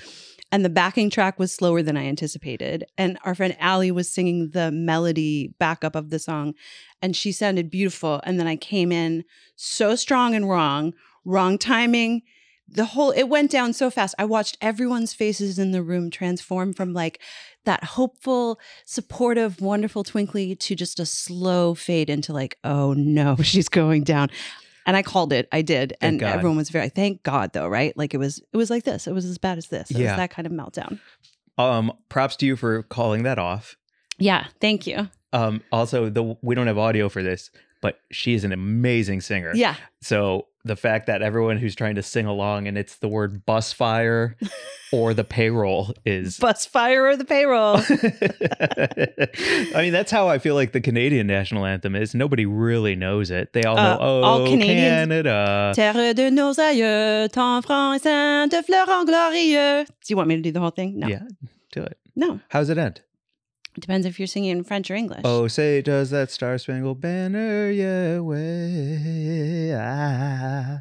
A: And the backing track was slower than I anticipated. And our friend Allie was singing the melody backup of the song. And she sounded beautiful. And then I came in so strong and wrong, wrong timing. The whole, it went down so fast. I watched everyone's faces in the room transform from like that hopeful, supportive, wonderful twinkly to just a slow fade into like, oh no, she's going down. And I called it. I did.
B: Thank
A: and
B: God.
A: everyone was very thank God though, right? Like it was it was like this. It was as bad as this. It
B: Yeah.
A: was that kind of meltdown.
B: Um, props to you for calling that off.
A: Yeah. Thank you.
B: Um, also, the we don't have audio for this, but she is an amazing singer.
A: Yeah.
B: So the fact that everyone who's trying to sing along and it's the word bus fire or the payroll is.
A: Bus fire or the payroll.
B: I mean, that's how I feel like the Canadian national anthem is. Nobody really knows it. They all know,
A: Uh,
B: oh,
A: all Canadians-
B: Canada.
A: Terre de nos aïeux, temps français de fleurons glorieux. Do you want me to do the whole thing? No.
B: Yeah, do it.
A: No.
B: How's it end?
A: It depends if you're singing in French or English.
B: Oh, say, does that Star Spangled Banner, yeah, way. ah.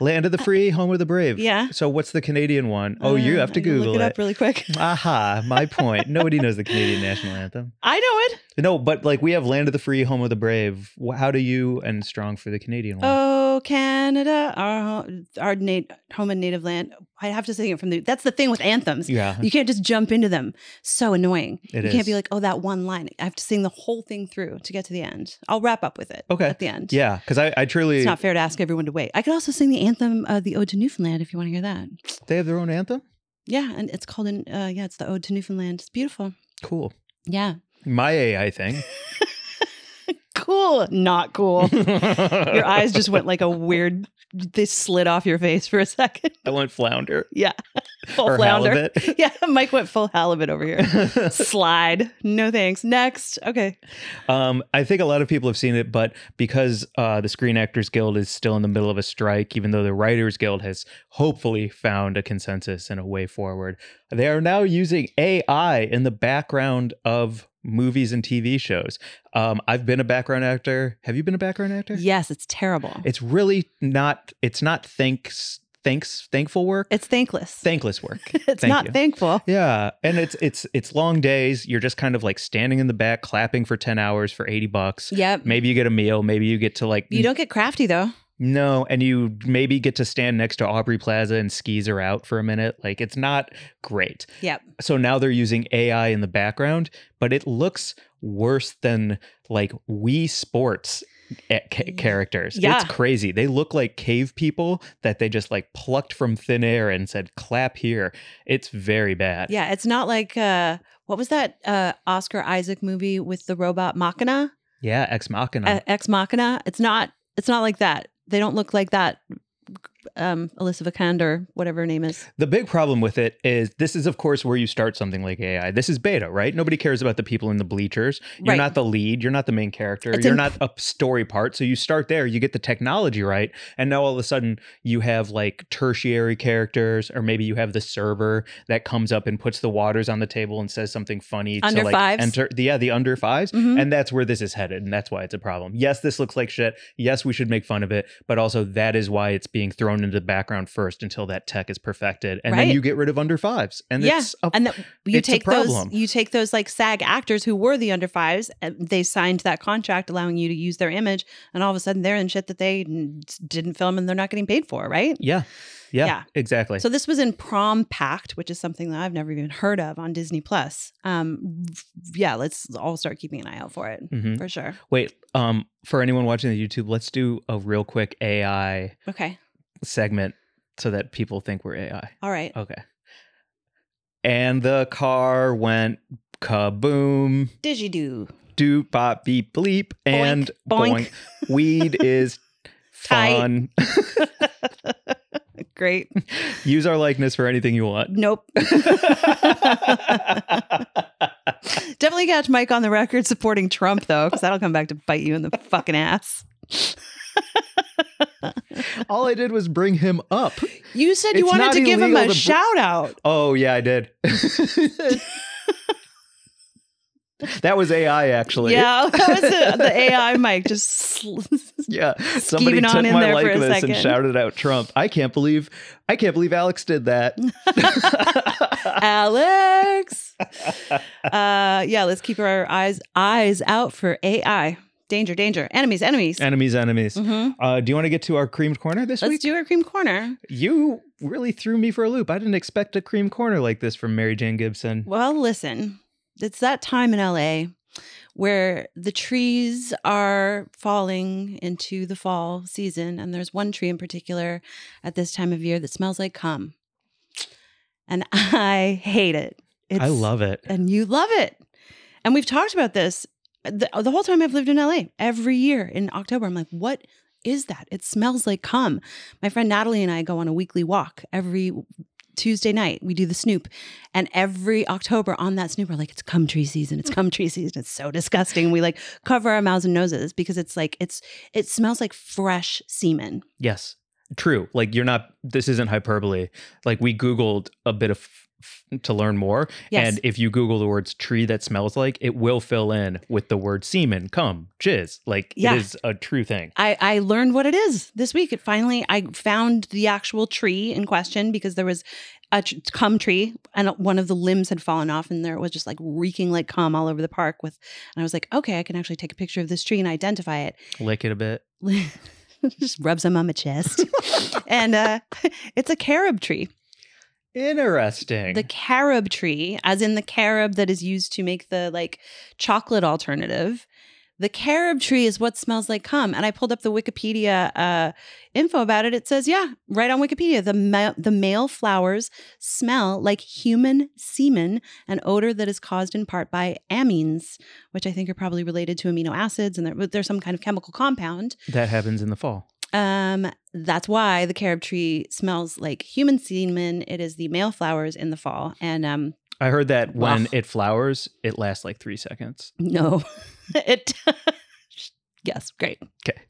B: Land of the free, home of the brave.
A: Yeah.
B: So, what's the Canadian one? Oh, you
A: Uh,
B: have to
A: I can
B: Google
A: look it,
B: it.
A: up really quick.
B: Aha, my point. Nobody knows the Canadian national anthem.
A: I know it.
B: No, but like we have Land of the Free, Home of the Brave. Wh- How do you and Strong for the Canadian one?
A: Oh, Canada, our ho- our nat- home and native land. I have to sing it from the. That's the thing with anthems.
B: yeah.
A: You can't just jump into them. So annoying.
B: It
A: you can't
B: is.
A: be like, oh, that one line. I have to sing the whole thing through to get to the end. I'll wrap up with it.
B: Okay.
A: At the end.
B: Yeah, because I, I truly.
A: It's not fair to ask everyone to wait. I could also sing the anthem, uh, the Ode to Newfoundland, if you want to hear that.
B: They have their own anthem?
A: Yeah, and it's called an. Uh, yeah, it's the Ode to Newfoundland. It's beautiful.
B: Cool.
A: Yeah.
B: My AI thing.
A: Cool. Not cool. Your eyes just went like a weird this slid off your face for a second.
B: I went flounder.
A: Yeah. Full
B: or
A: flounder.
B: halibut.
A: Yeah, Mike went full halibut over here. Slide. No thanks. Next. Okay.
B: Um, I think a lot of people have seen it, but because uh, the Screen Actors Guild is still in the middle of a strike, even though the Writers Guild has hopefully found a consensus and a way forward, they are now using AI in the background of movies and TV shows. Um, I've been a background actor. Have you been a background actor?
A: Yes, it's terrible. It's,
B: It's really not. It's not thanks, thanks, thankful work.
A: thankless.
B: thankless work.
A: it's
B: Thank
A: not
B: you.
A: thankful.
B: Yeah, and it's it's it's long days. You're just kind of like standing in the back, clapping for ten hours for eighty bucks.
A: Yep.
B: Maybe you get a meal. Maybe you get to like
A: You don't get crafty though.
B: no, and you maybe get to stand next to Aubrey Plaza and skis her out for a minute. Like it's not great.
A: Yep.
B: So now they're using AI in the background, but it looks worse than like Wii Sports eh, ca- characters.
A: Yeah.
B: It's crazy. They look like cave people that they just like plucked from thin air and said clap here. It's very bad.
A: Yeah, it's not like uh what was that uh Oscar Isaac movie with the robot Machina?
B: Yeah, Ex Machina.
A: Uh, Ex Machina? It's not it's not like that. They don't look like that um Alyssa Vikander, whatever her name is.
B: the big problem with it is this is, of course, where you start something like AI. This is beta, right? Nobody cares about the people in the bleachers. You're
A: Right.
B: not the lead. You're not the main character.
A: It's
B: you're
A: imp-
B: not a story part. So you start there. You get the technology right, and now all of a sudden you have like tertiary characters, or maybe you have the server that comes up and puts the waters on the table and says something funny
A: Under
B: to like
A: fives?
B: enter. The, yeah, the under 5s
A: Mhm.
B: and that's where this is headed, and that's why it's a problem. Yes, this looks like shit. Yes, we should make fun of it, but also that is why it's being thrown into the background first until that tech is perfected, and
A: Right.
B: then you get rid of under fives, and
A: Yeah,
B: it's a
A: and that you
B: it's a
A: take those
B: problem.
A: you take those like SAG actors who were the under fives, and they signed that contract allowing you to use their image, and all of a sudden they're in shit that they n- didn't film and they're not getting paid for, right?
B: yeah, yeah,
A: Yeah.
B: exactly.
A: So this was in Prom Pact, which is something that I've never even heard of on Disney Plus. Um, yeah, let's all start keeping an eye out for it
B: Mhm.
A: for sure.
B: Wait, um, for anyone watching the YouTube, let's do a real quick AI
A: Okay,
B: segment so that people think we're AI.
A: all right.
B: Okay. And the car went kaboom,
A: Digidoo.
B: doop, bop, beep, bleep, and
A: boink.
B: boink. Weed is
A: Tight.
B: fun.
A: Great.
B: Use our likeness for anything you want.
A: Nope. Definitely catch Mike on the record supporting Trump though, because that'll come back to bite you in the fucking ass.
B: All I did was bring him up.
A: You said you
B: It's
A: wanted
B: not
A: to give him
B: illegal
A: a
B: to br-
A: shout out.
B: Oh yeah, I did. that was AI actually.
A: Yeah, that was the, the AI mic just sl-
B: Yeah, somebody
A: Skeeving on
B: took
A: in
B: my
A: there for a
B: likeness and
A: second.
B: shouted out Trump. I can't believe, I can't believe Alex did that.
A: Alex. Uh, yeah, let's keep our eyes eyes out for AI. Danger, danger. Enemies, enemies.
B: enemies, enemies.
A: Mhm.
B: Uh, do you want to get to our creamed corner this
A: Let's
B: week?
A: do our cream corner.
B: you really threw me for a loop. I didn't expect a cream corner like this from Mary Jane Gibson.
A: Well, listen, it's that time in LA where the trees are falling into the fall season. And there's one tree in particular at this time of year that smells like cum. And I hate it. It's,
B: I love it.
A: And you love it. And we've talked about this the, the whole time I've lived in LA. Every year in October, I'm like, what is that? It smells like cum. My friend Natalie and I go on a weekly walk every Tuesday night. We do the snoop. And every October on that snoop, we're like, it's cum tree season. It's cum tree season. It's so disgusting. We like cover our mouths and noses because it's like, it's, it smells like fresh semen.
B: Yes, true. Like you're not. This isn't hyperbole. Like we Googled a bit of. f- To learn more,
A: Yes.
B: and if you Google the words "tree that smells like," it will fill in with the word "semen," "cum," "jizz." Like
A: Yeah.
B: it is a true thing.
A: I, I learned what it is this week. It finally, I found the actual tree in question because there was a tr- cum tree and one of the limbs had fallen off, and there it was just like reeking like cum all over the park. With, and I was like, okay, I can actually take a picture of this tree and identify it.
B: Lick it a bit.
A: just rubs them on my chest, and uh, it's a carob tree.
B: Interesting.
A: The carob tree, as in the carob that is used to make the like chocolate alternative. The carob tree is what smells like cum. And I pulled up the Wikipedia uh, info about it. It says, yeah, right on Wikipedia, the ma- the male flowers smell like human semen, an odor that is caused in part by amines, which I think are probably related to amino acids, and they're, they're some kind of chemical compound.
B: that happens in the fall.
A: Um, that's why the carob tree smells like human semen. It is the male flowers in the fall. And um,
B: I heard that when
A: Wow.
B: it flowers, it lasts like three seconds.
A: no, it. yes, great.
B: 'Kay.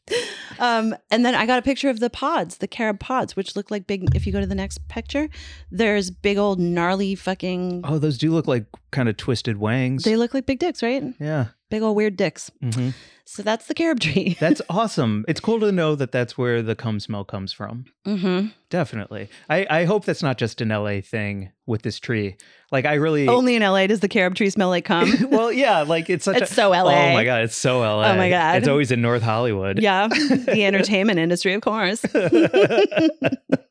A: Um, and then I got a picture of the pods, the carob pods, which look like big. If you go to the next picture, there's big old gnarly fucking.
B: Oh, those do look like kind of twisted wangs.
A: They look like big dicks, right?
B: yeah.
A: Big old weird dicks.
B: hmm
A: So that's the carob tree.
B: That's awesome. It's cool to know that that's where the cum smell comes from.
A: mm-hmm.
B: Definitely. I, I hope that's not just an LA thing with this tree. Like, I really.
A: Only in LA does the carob tree smell like cum.
B: well, yeah. Like, it's such
A: it's
B: a.
A: so LA.
B: Oh my God. It's so LA.
A: Oh my God.
B: It's always in North Hollywood.
A: Yeah, the entertainment industry, of course.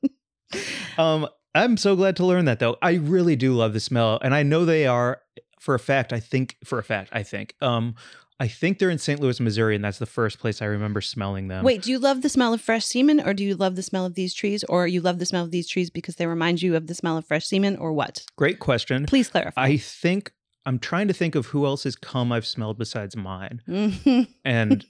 B: um, I'm so glad to learn that though. I really do love the smell, and I know they are for a fact. I think for a fact. I think. Um, I think they're in St. Louis, Missouri, and that's the first place I remember smelling them.
A: Wait, do you love the smell of fresh semen or do you love the smell of these trees or you love the smell of these trees because they remind you of the smell of fresh semen or what?
B: great question.
A: Please clarify.
B: I think I'm trying to think of who else's cum I've smelled besides mine,
A: Mhm.
B: and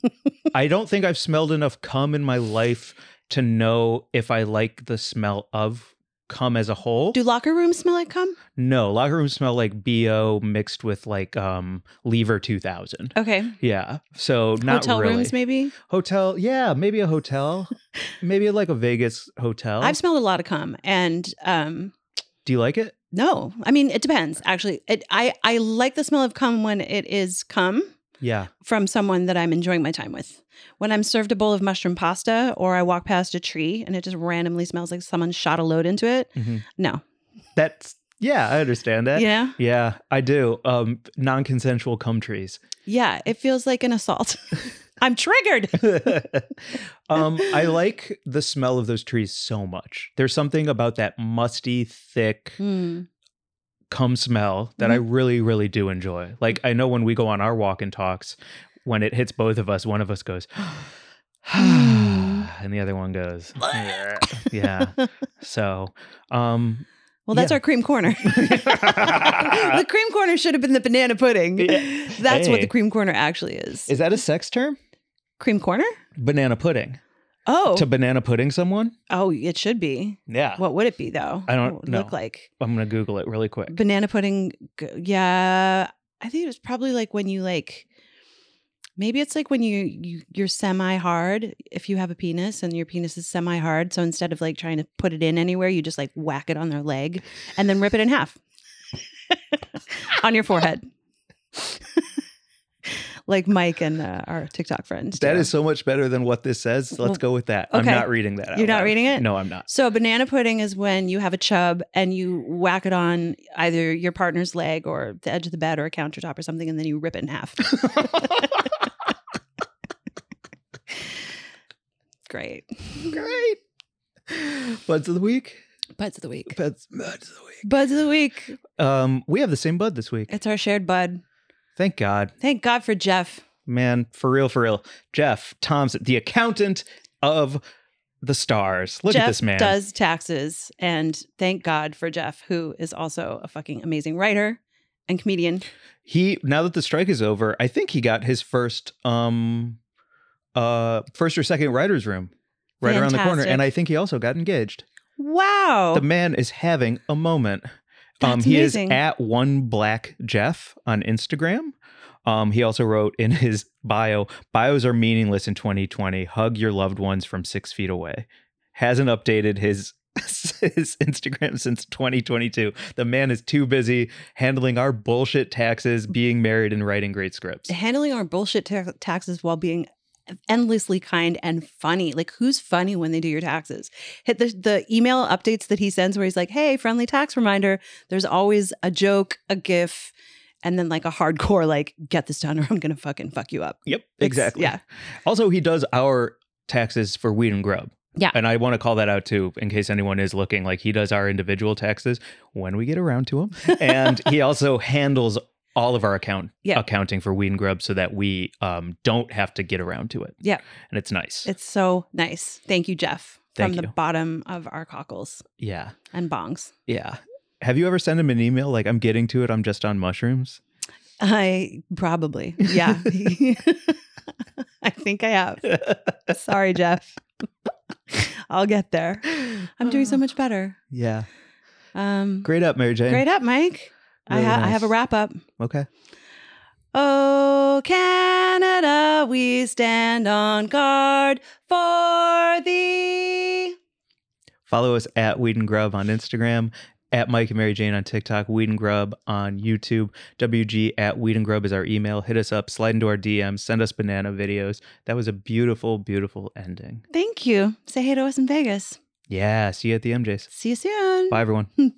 B: I don't think I've smelled enough cum in my life to know if I like the smell of cum as a whole.
A: do locker rooms smell like cum?
B: no, locker rooms smell like bo mixed with like um Lever 2000.
A: Okay.
B: Yeah. So not
A: Hotel
B: really.
A: rooms, maybe?
B: Hotel. Yeah, maybe a hotel. maybe like a Vegas hotel.
A: I've smelled a lot of cum and um
B: Do you like it?
A: no, I mean it depends. Actually, it, I I like the smell of cum when it is cum
B: Yeah.
A: from someone that I'm enjoying my time with. When I'm served a bowl of mushroom pasta or I walk past a tree and it just randomly smells like someone shot a load into it,
B: Mhm.
A: no,
B: That's yeah, I understand that.
A: yeah,
B: Yeah, I do. Um non-consensual cum trees.
A: yeah, it feels like an assault. I'm triggered.
B: um I like the smell of those trees so much. There's something about that musty, thick
A: Hmm.
B: cum smell that I really, really do enjoy. Like I know when we go on our walk and talks, when it hits both of us, one of us goes, and the other one goes, yeah. Yeah. So, um,
A: Well, that's
B: Yeah.
A: our cream corner. the cream corner should have been the banana pudding.
B: Yeah.
A: That's what
B: Hey.
A: the cream corner actually is.
B: is that a sex term?
A: cream corner?
B: Banana pudding.
A: Oh,
B: To banana pudding someone?
A: oh, it should be.
B: Yeah.
A: What would it be though?
B: I
A: What
B: don't
A: would it Look
B: know.
A: like
B: I'm going to Google it really quick.
A: banana pudding. g- Yeah, I think it was probably like when you like. Maybe it's like when you, you you're semi hard. If you have a penis and your penis is semi hard, so instead of like trying to put it in anywhere, you just like whack it on their leg and then rip it in half on your forehead, like Mike and uh, our TikTok friend.
B: That
A: do.
B: is so much better than what this says. Let's
A: Well,
B: go with that. I'm
A: okay.
B: not reading that. out
A: You're not
B: loud.
A: reading it?
B: No, I'm not.
A: So banana pudding is when you have a chub and you whack it on either your partner's leg or the edge of the bed or a countertop or something, and then you rip it in half. Great.
B: Great. Buds of the week.
A: Buds of the week.
B: Buds, buds of the week.
A: Buds of the week.
B: Um, we have the same bud this week.
A: It's our shared bud.
B: Thank God.
A: Thank God for Jeff.
B: man, for real, for real. Jeff Thompson, the accountant of the stars. Look
A: Jeff
B: at this man.
A: does taxes, and thank God for Jeff, who is also a fucking amazing writer and comedian.
B: he now that the strike is over, I think he got his first um uh first or second writer's room right around the corner.
A: Fantastic.
B: And I think he also got engaged.
A: Wow.
B: The man is having a moment. um
A: Oh. That's
B: he
A: amazing.
B: is at one black Jeff on Instagram. Um, he also wrote in his bio, bios are meaningless in 2020. Hug your loved ones from six feet away. Hasn't updated his his Instagram since 2022. The man is too busy handling our bullshit taxes, being married, and writing great scripts.
A: handling our bullshit ta- taxes while being endlessly kind and funny. Like who's funny when they do your taxes? Hit the the email updates that he sends where he's like, "Hey, friendly tax reminder." There's always a joke, a gif, and then like a hardcore like, "Get this done or I'm going to fucking fuck you up."
B: Yep,
A: It's-
B: exactly.
A: yeah.
B: Also, he does our taxes for Weed and Grub.
A: Yeah.
B: And I want to call that out too, in case anyone is looking. Like he does our individual taxes when we get around to them, and he also handles all of our account
A: Yeah.
B: accounting for Weed and Grub, so that we um, don't have to get around to it.
A: Yeah.
B: and it's nice.
A: It's so nice. Thank you, Jeff,
B: Thank
A: from the
B: you.
A: bottom of our cockles
B: yeah,
A: and bongs.
B: yeah. Have you ever sent him an email like I'm getting to it? I'm just on mushrooms.
A: I probably. Yeah. I think I have. Sorry, Jeff. I'll get there. I'm doing so much better.
B: Yeah.
A: Um,
B: Uh. Great up, Mary Jane.
A: great up, Mike. I,
B: Really
A: ha- I have a
B: nice.
A: wrap up.
B: Okay.
A: Oh, Canada, we stand on guard for thee.
B: Follow us at Weed and Grub on Instagram, at Mike and Mary Jane on TikTok, Weed and Grub on YouTube. WG at Weed and Grub is our email. Hit us up, slide into our DMs, send us banana videos. That was a beautiful, beautiful ending.
A: Thank you. Say hey to us in Vegas.
B: Yeah. See you at the MJs.
A: See you soon.
B: Bye, everyone.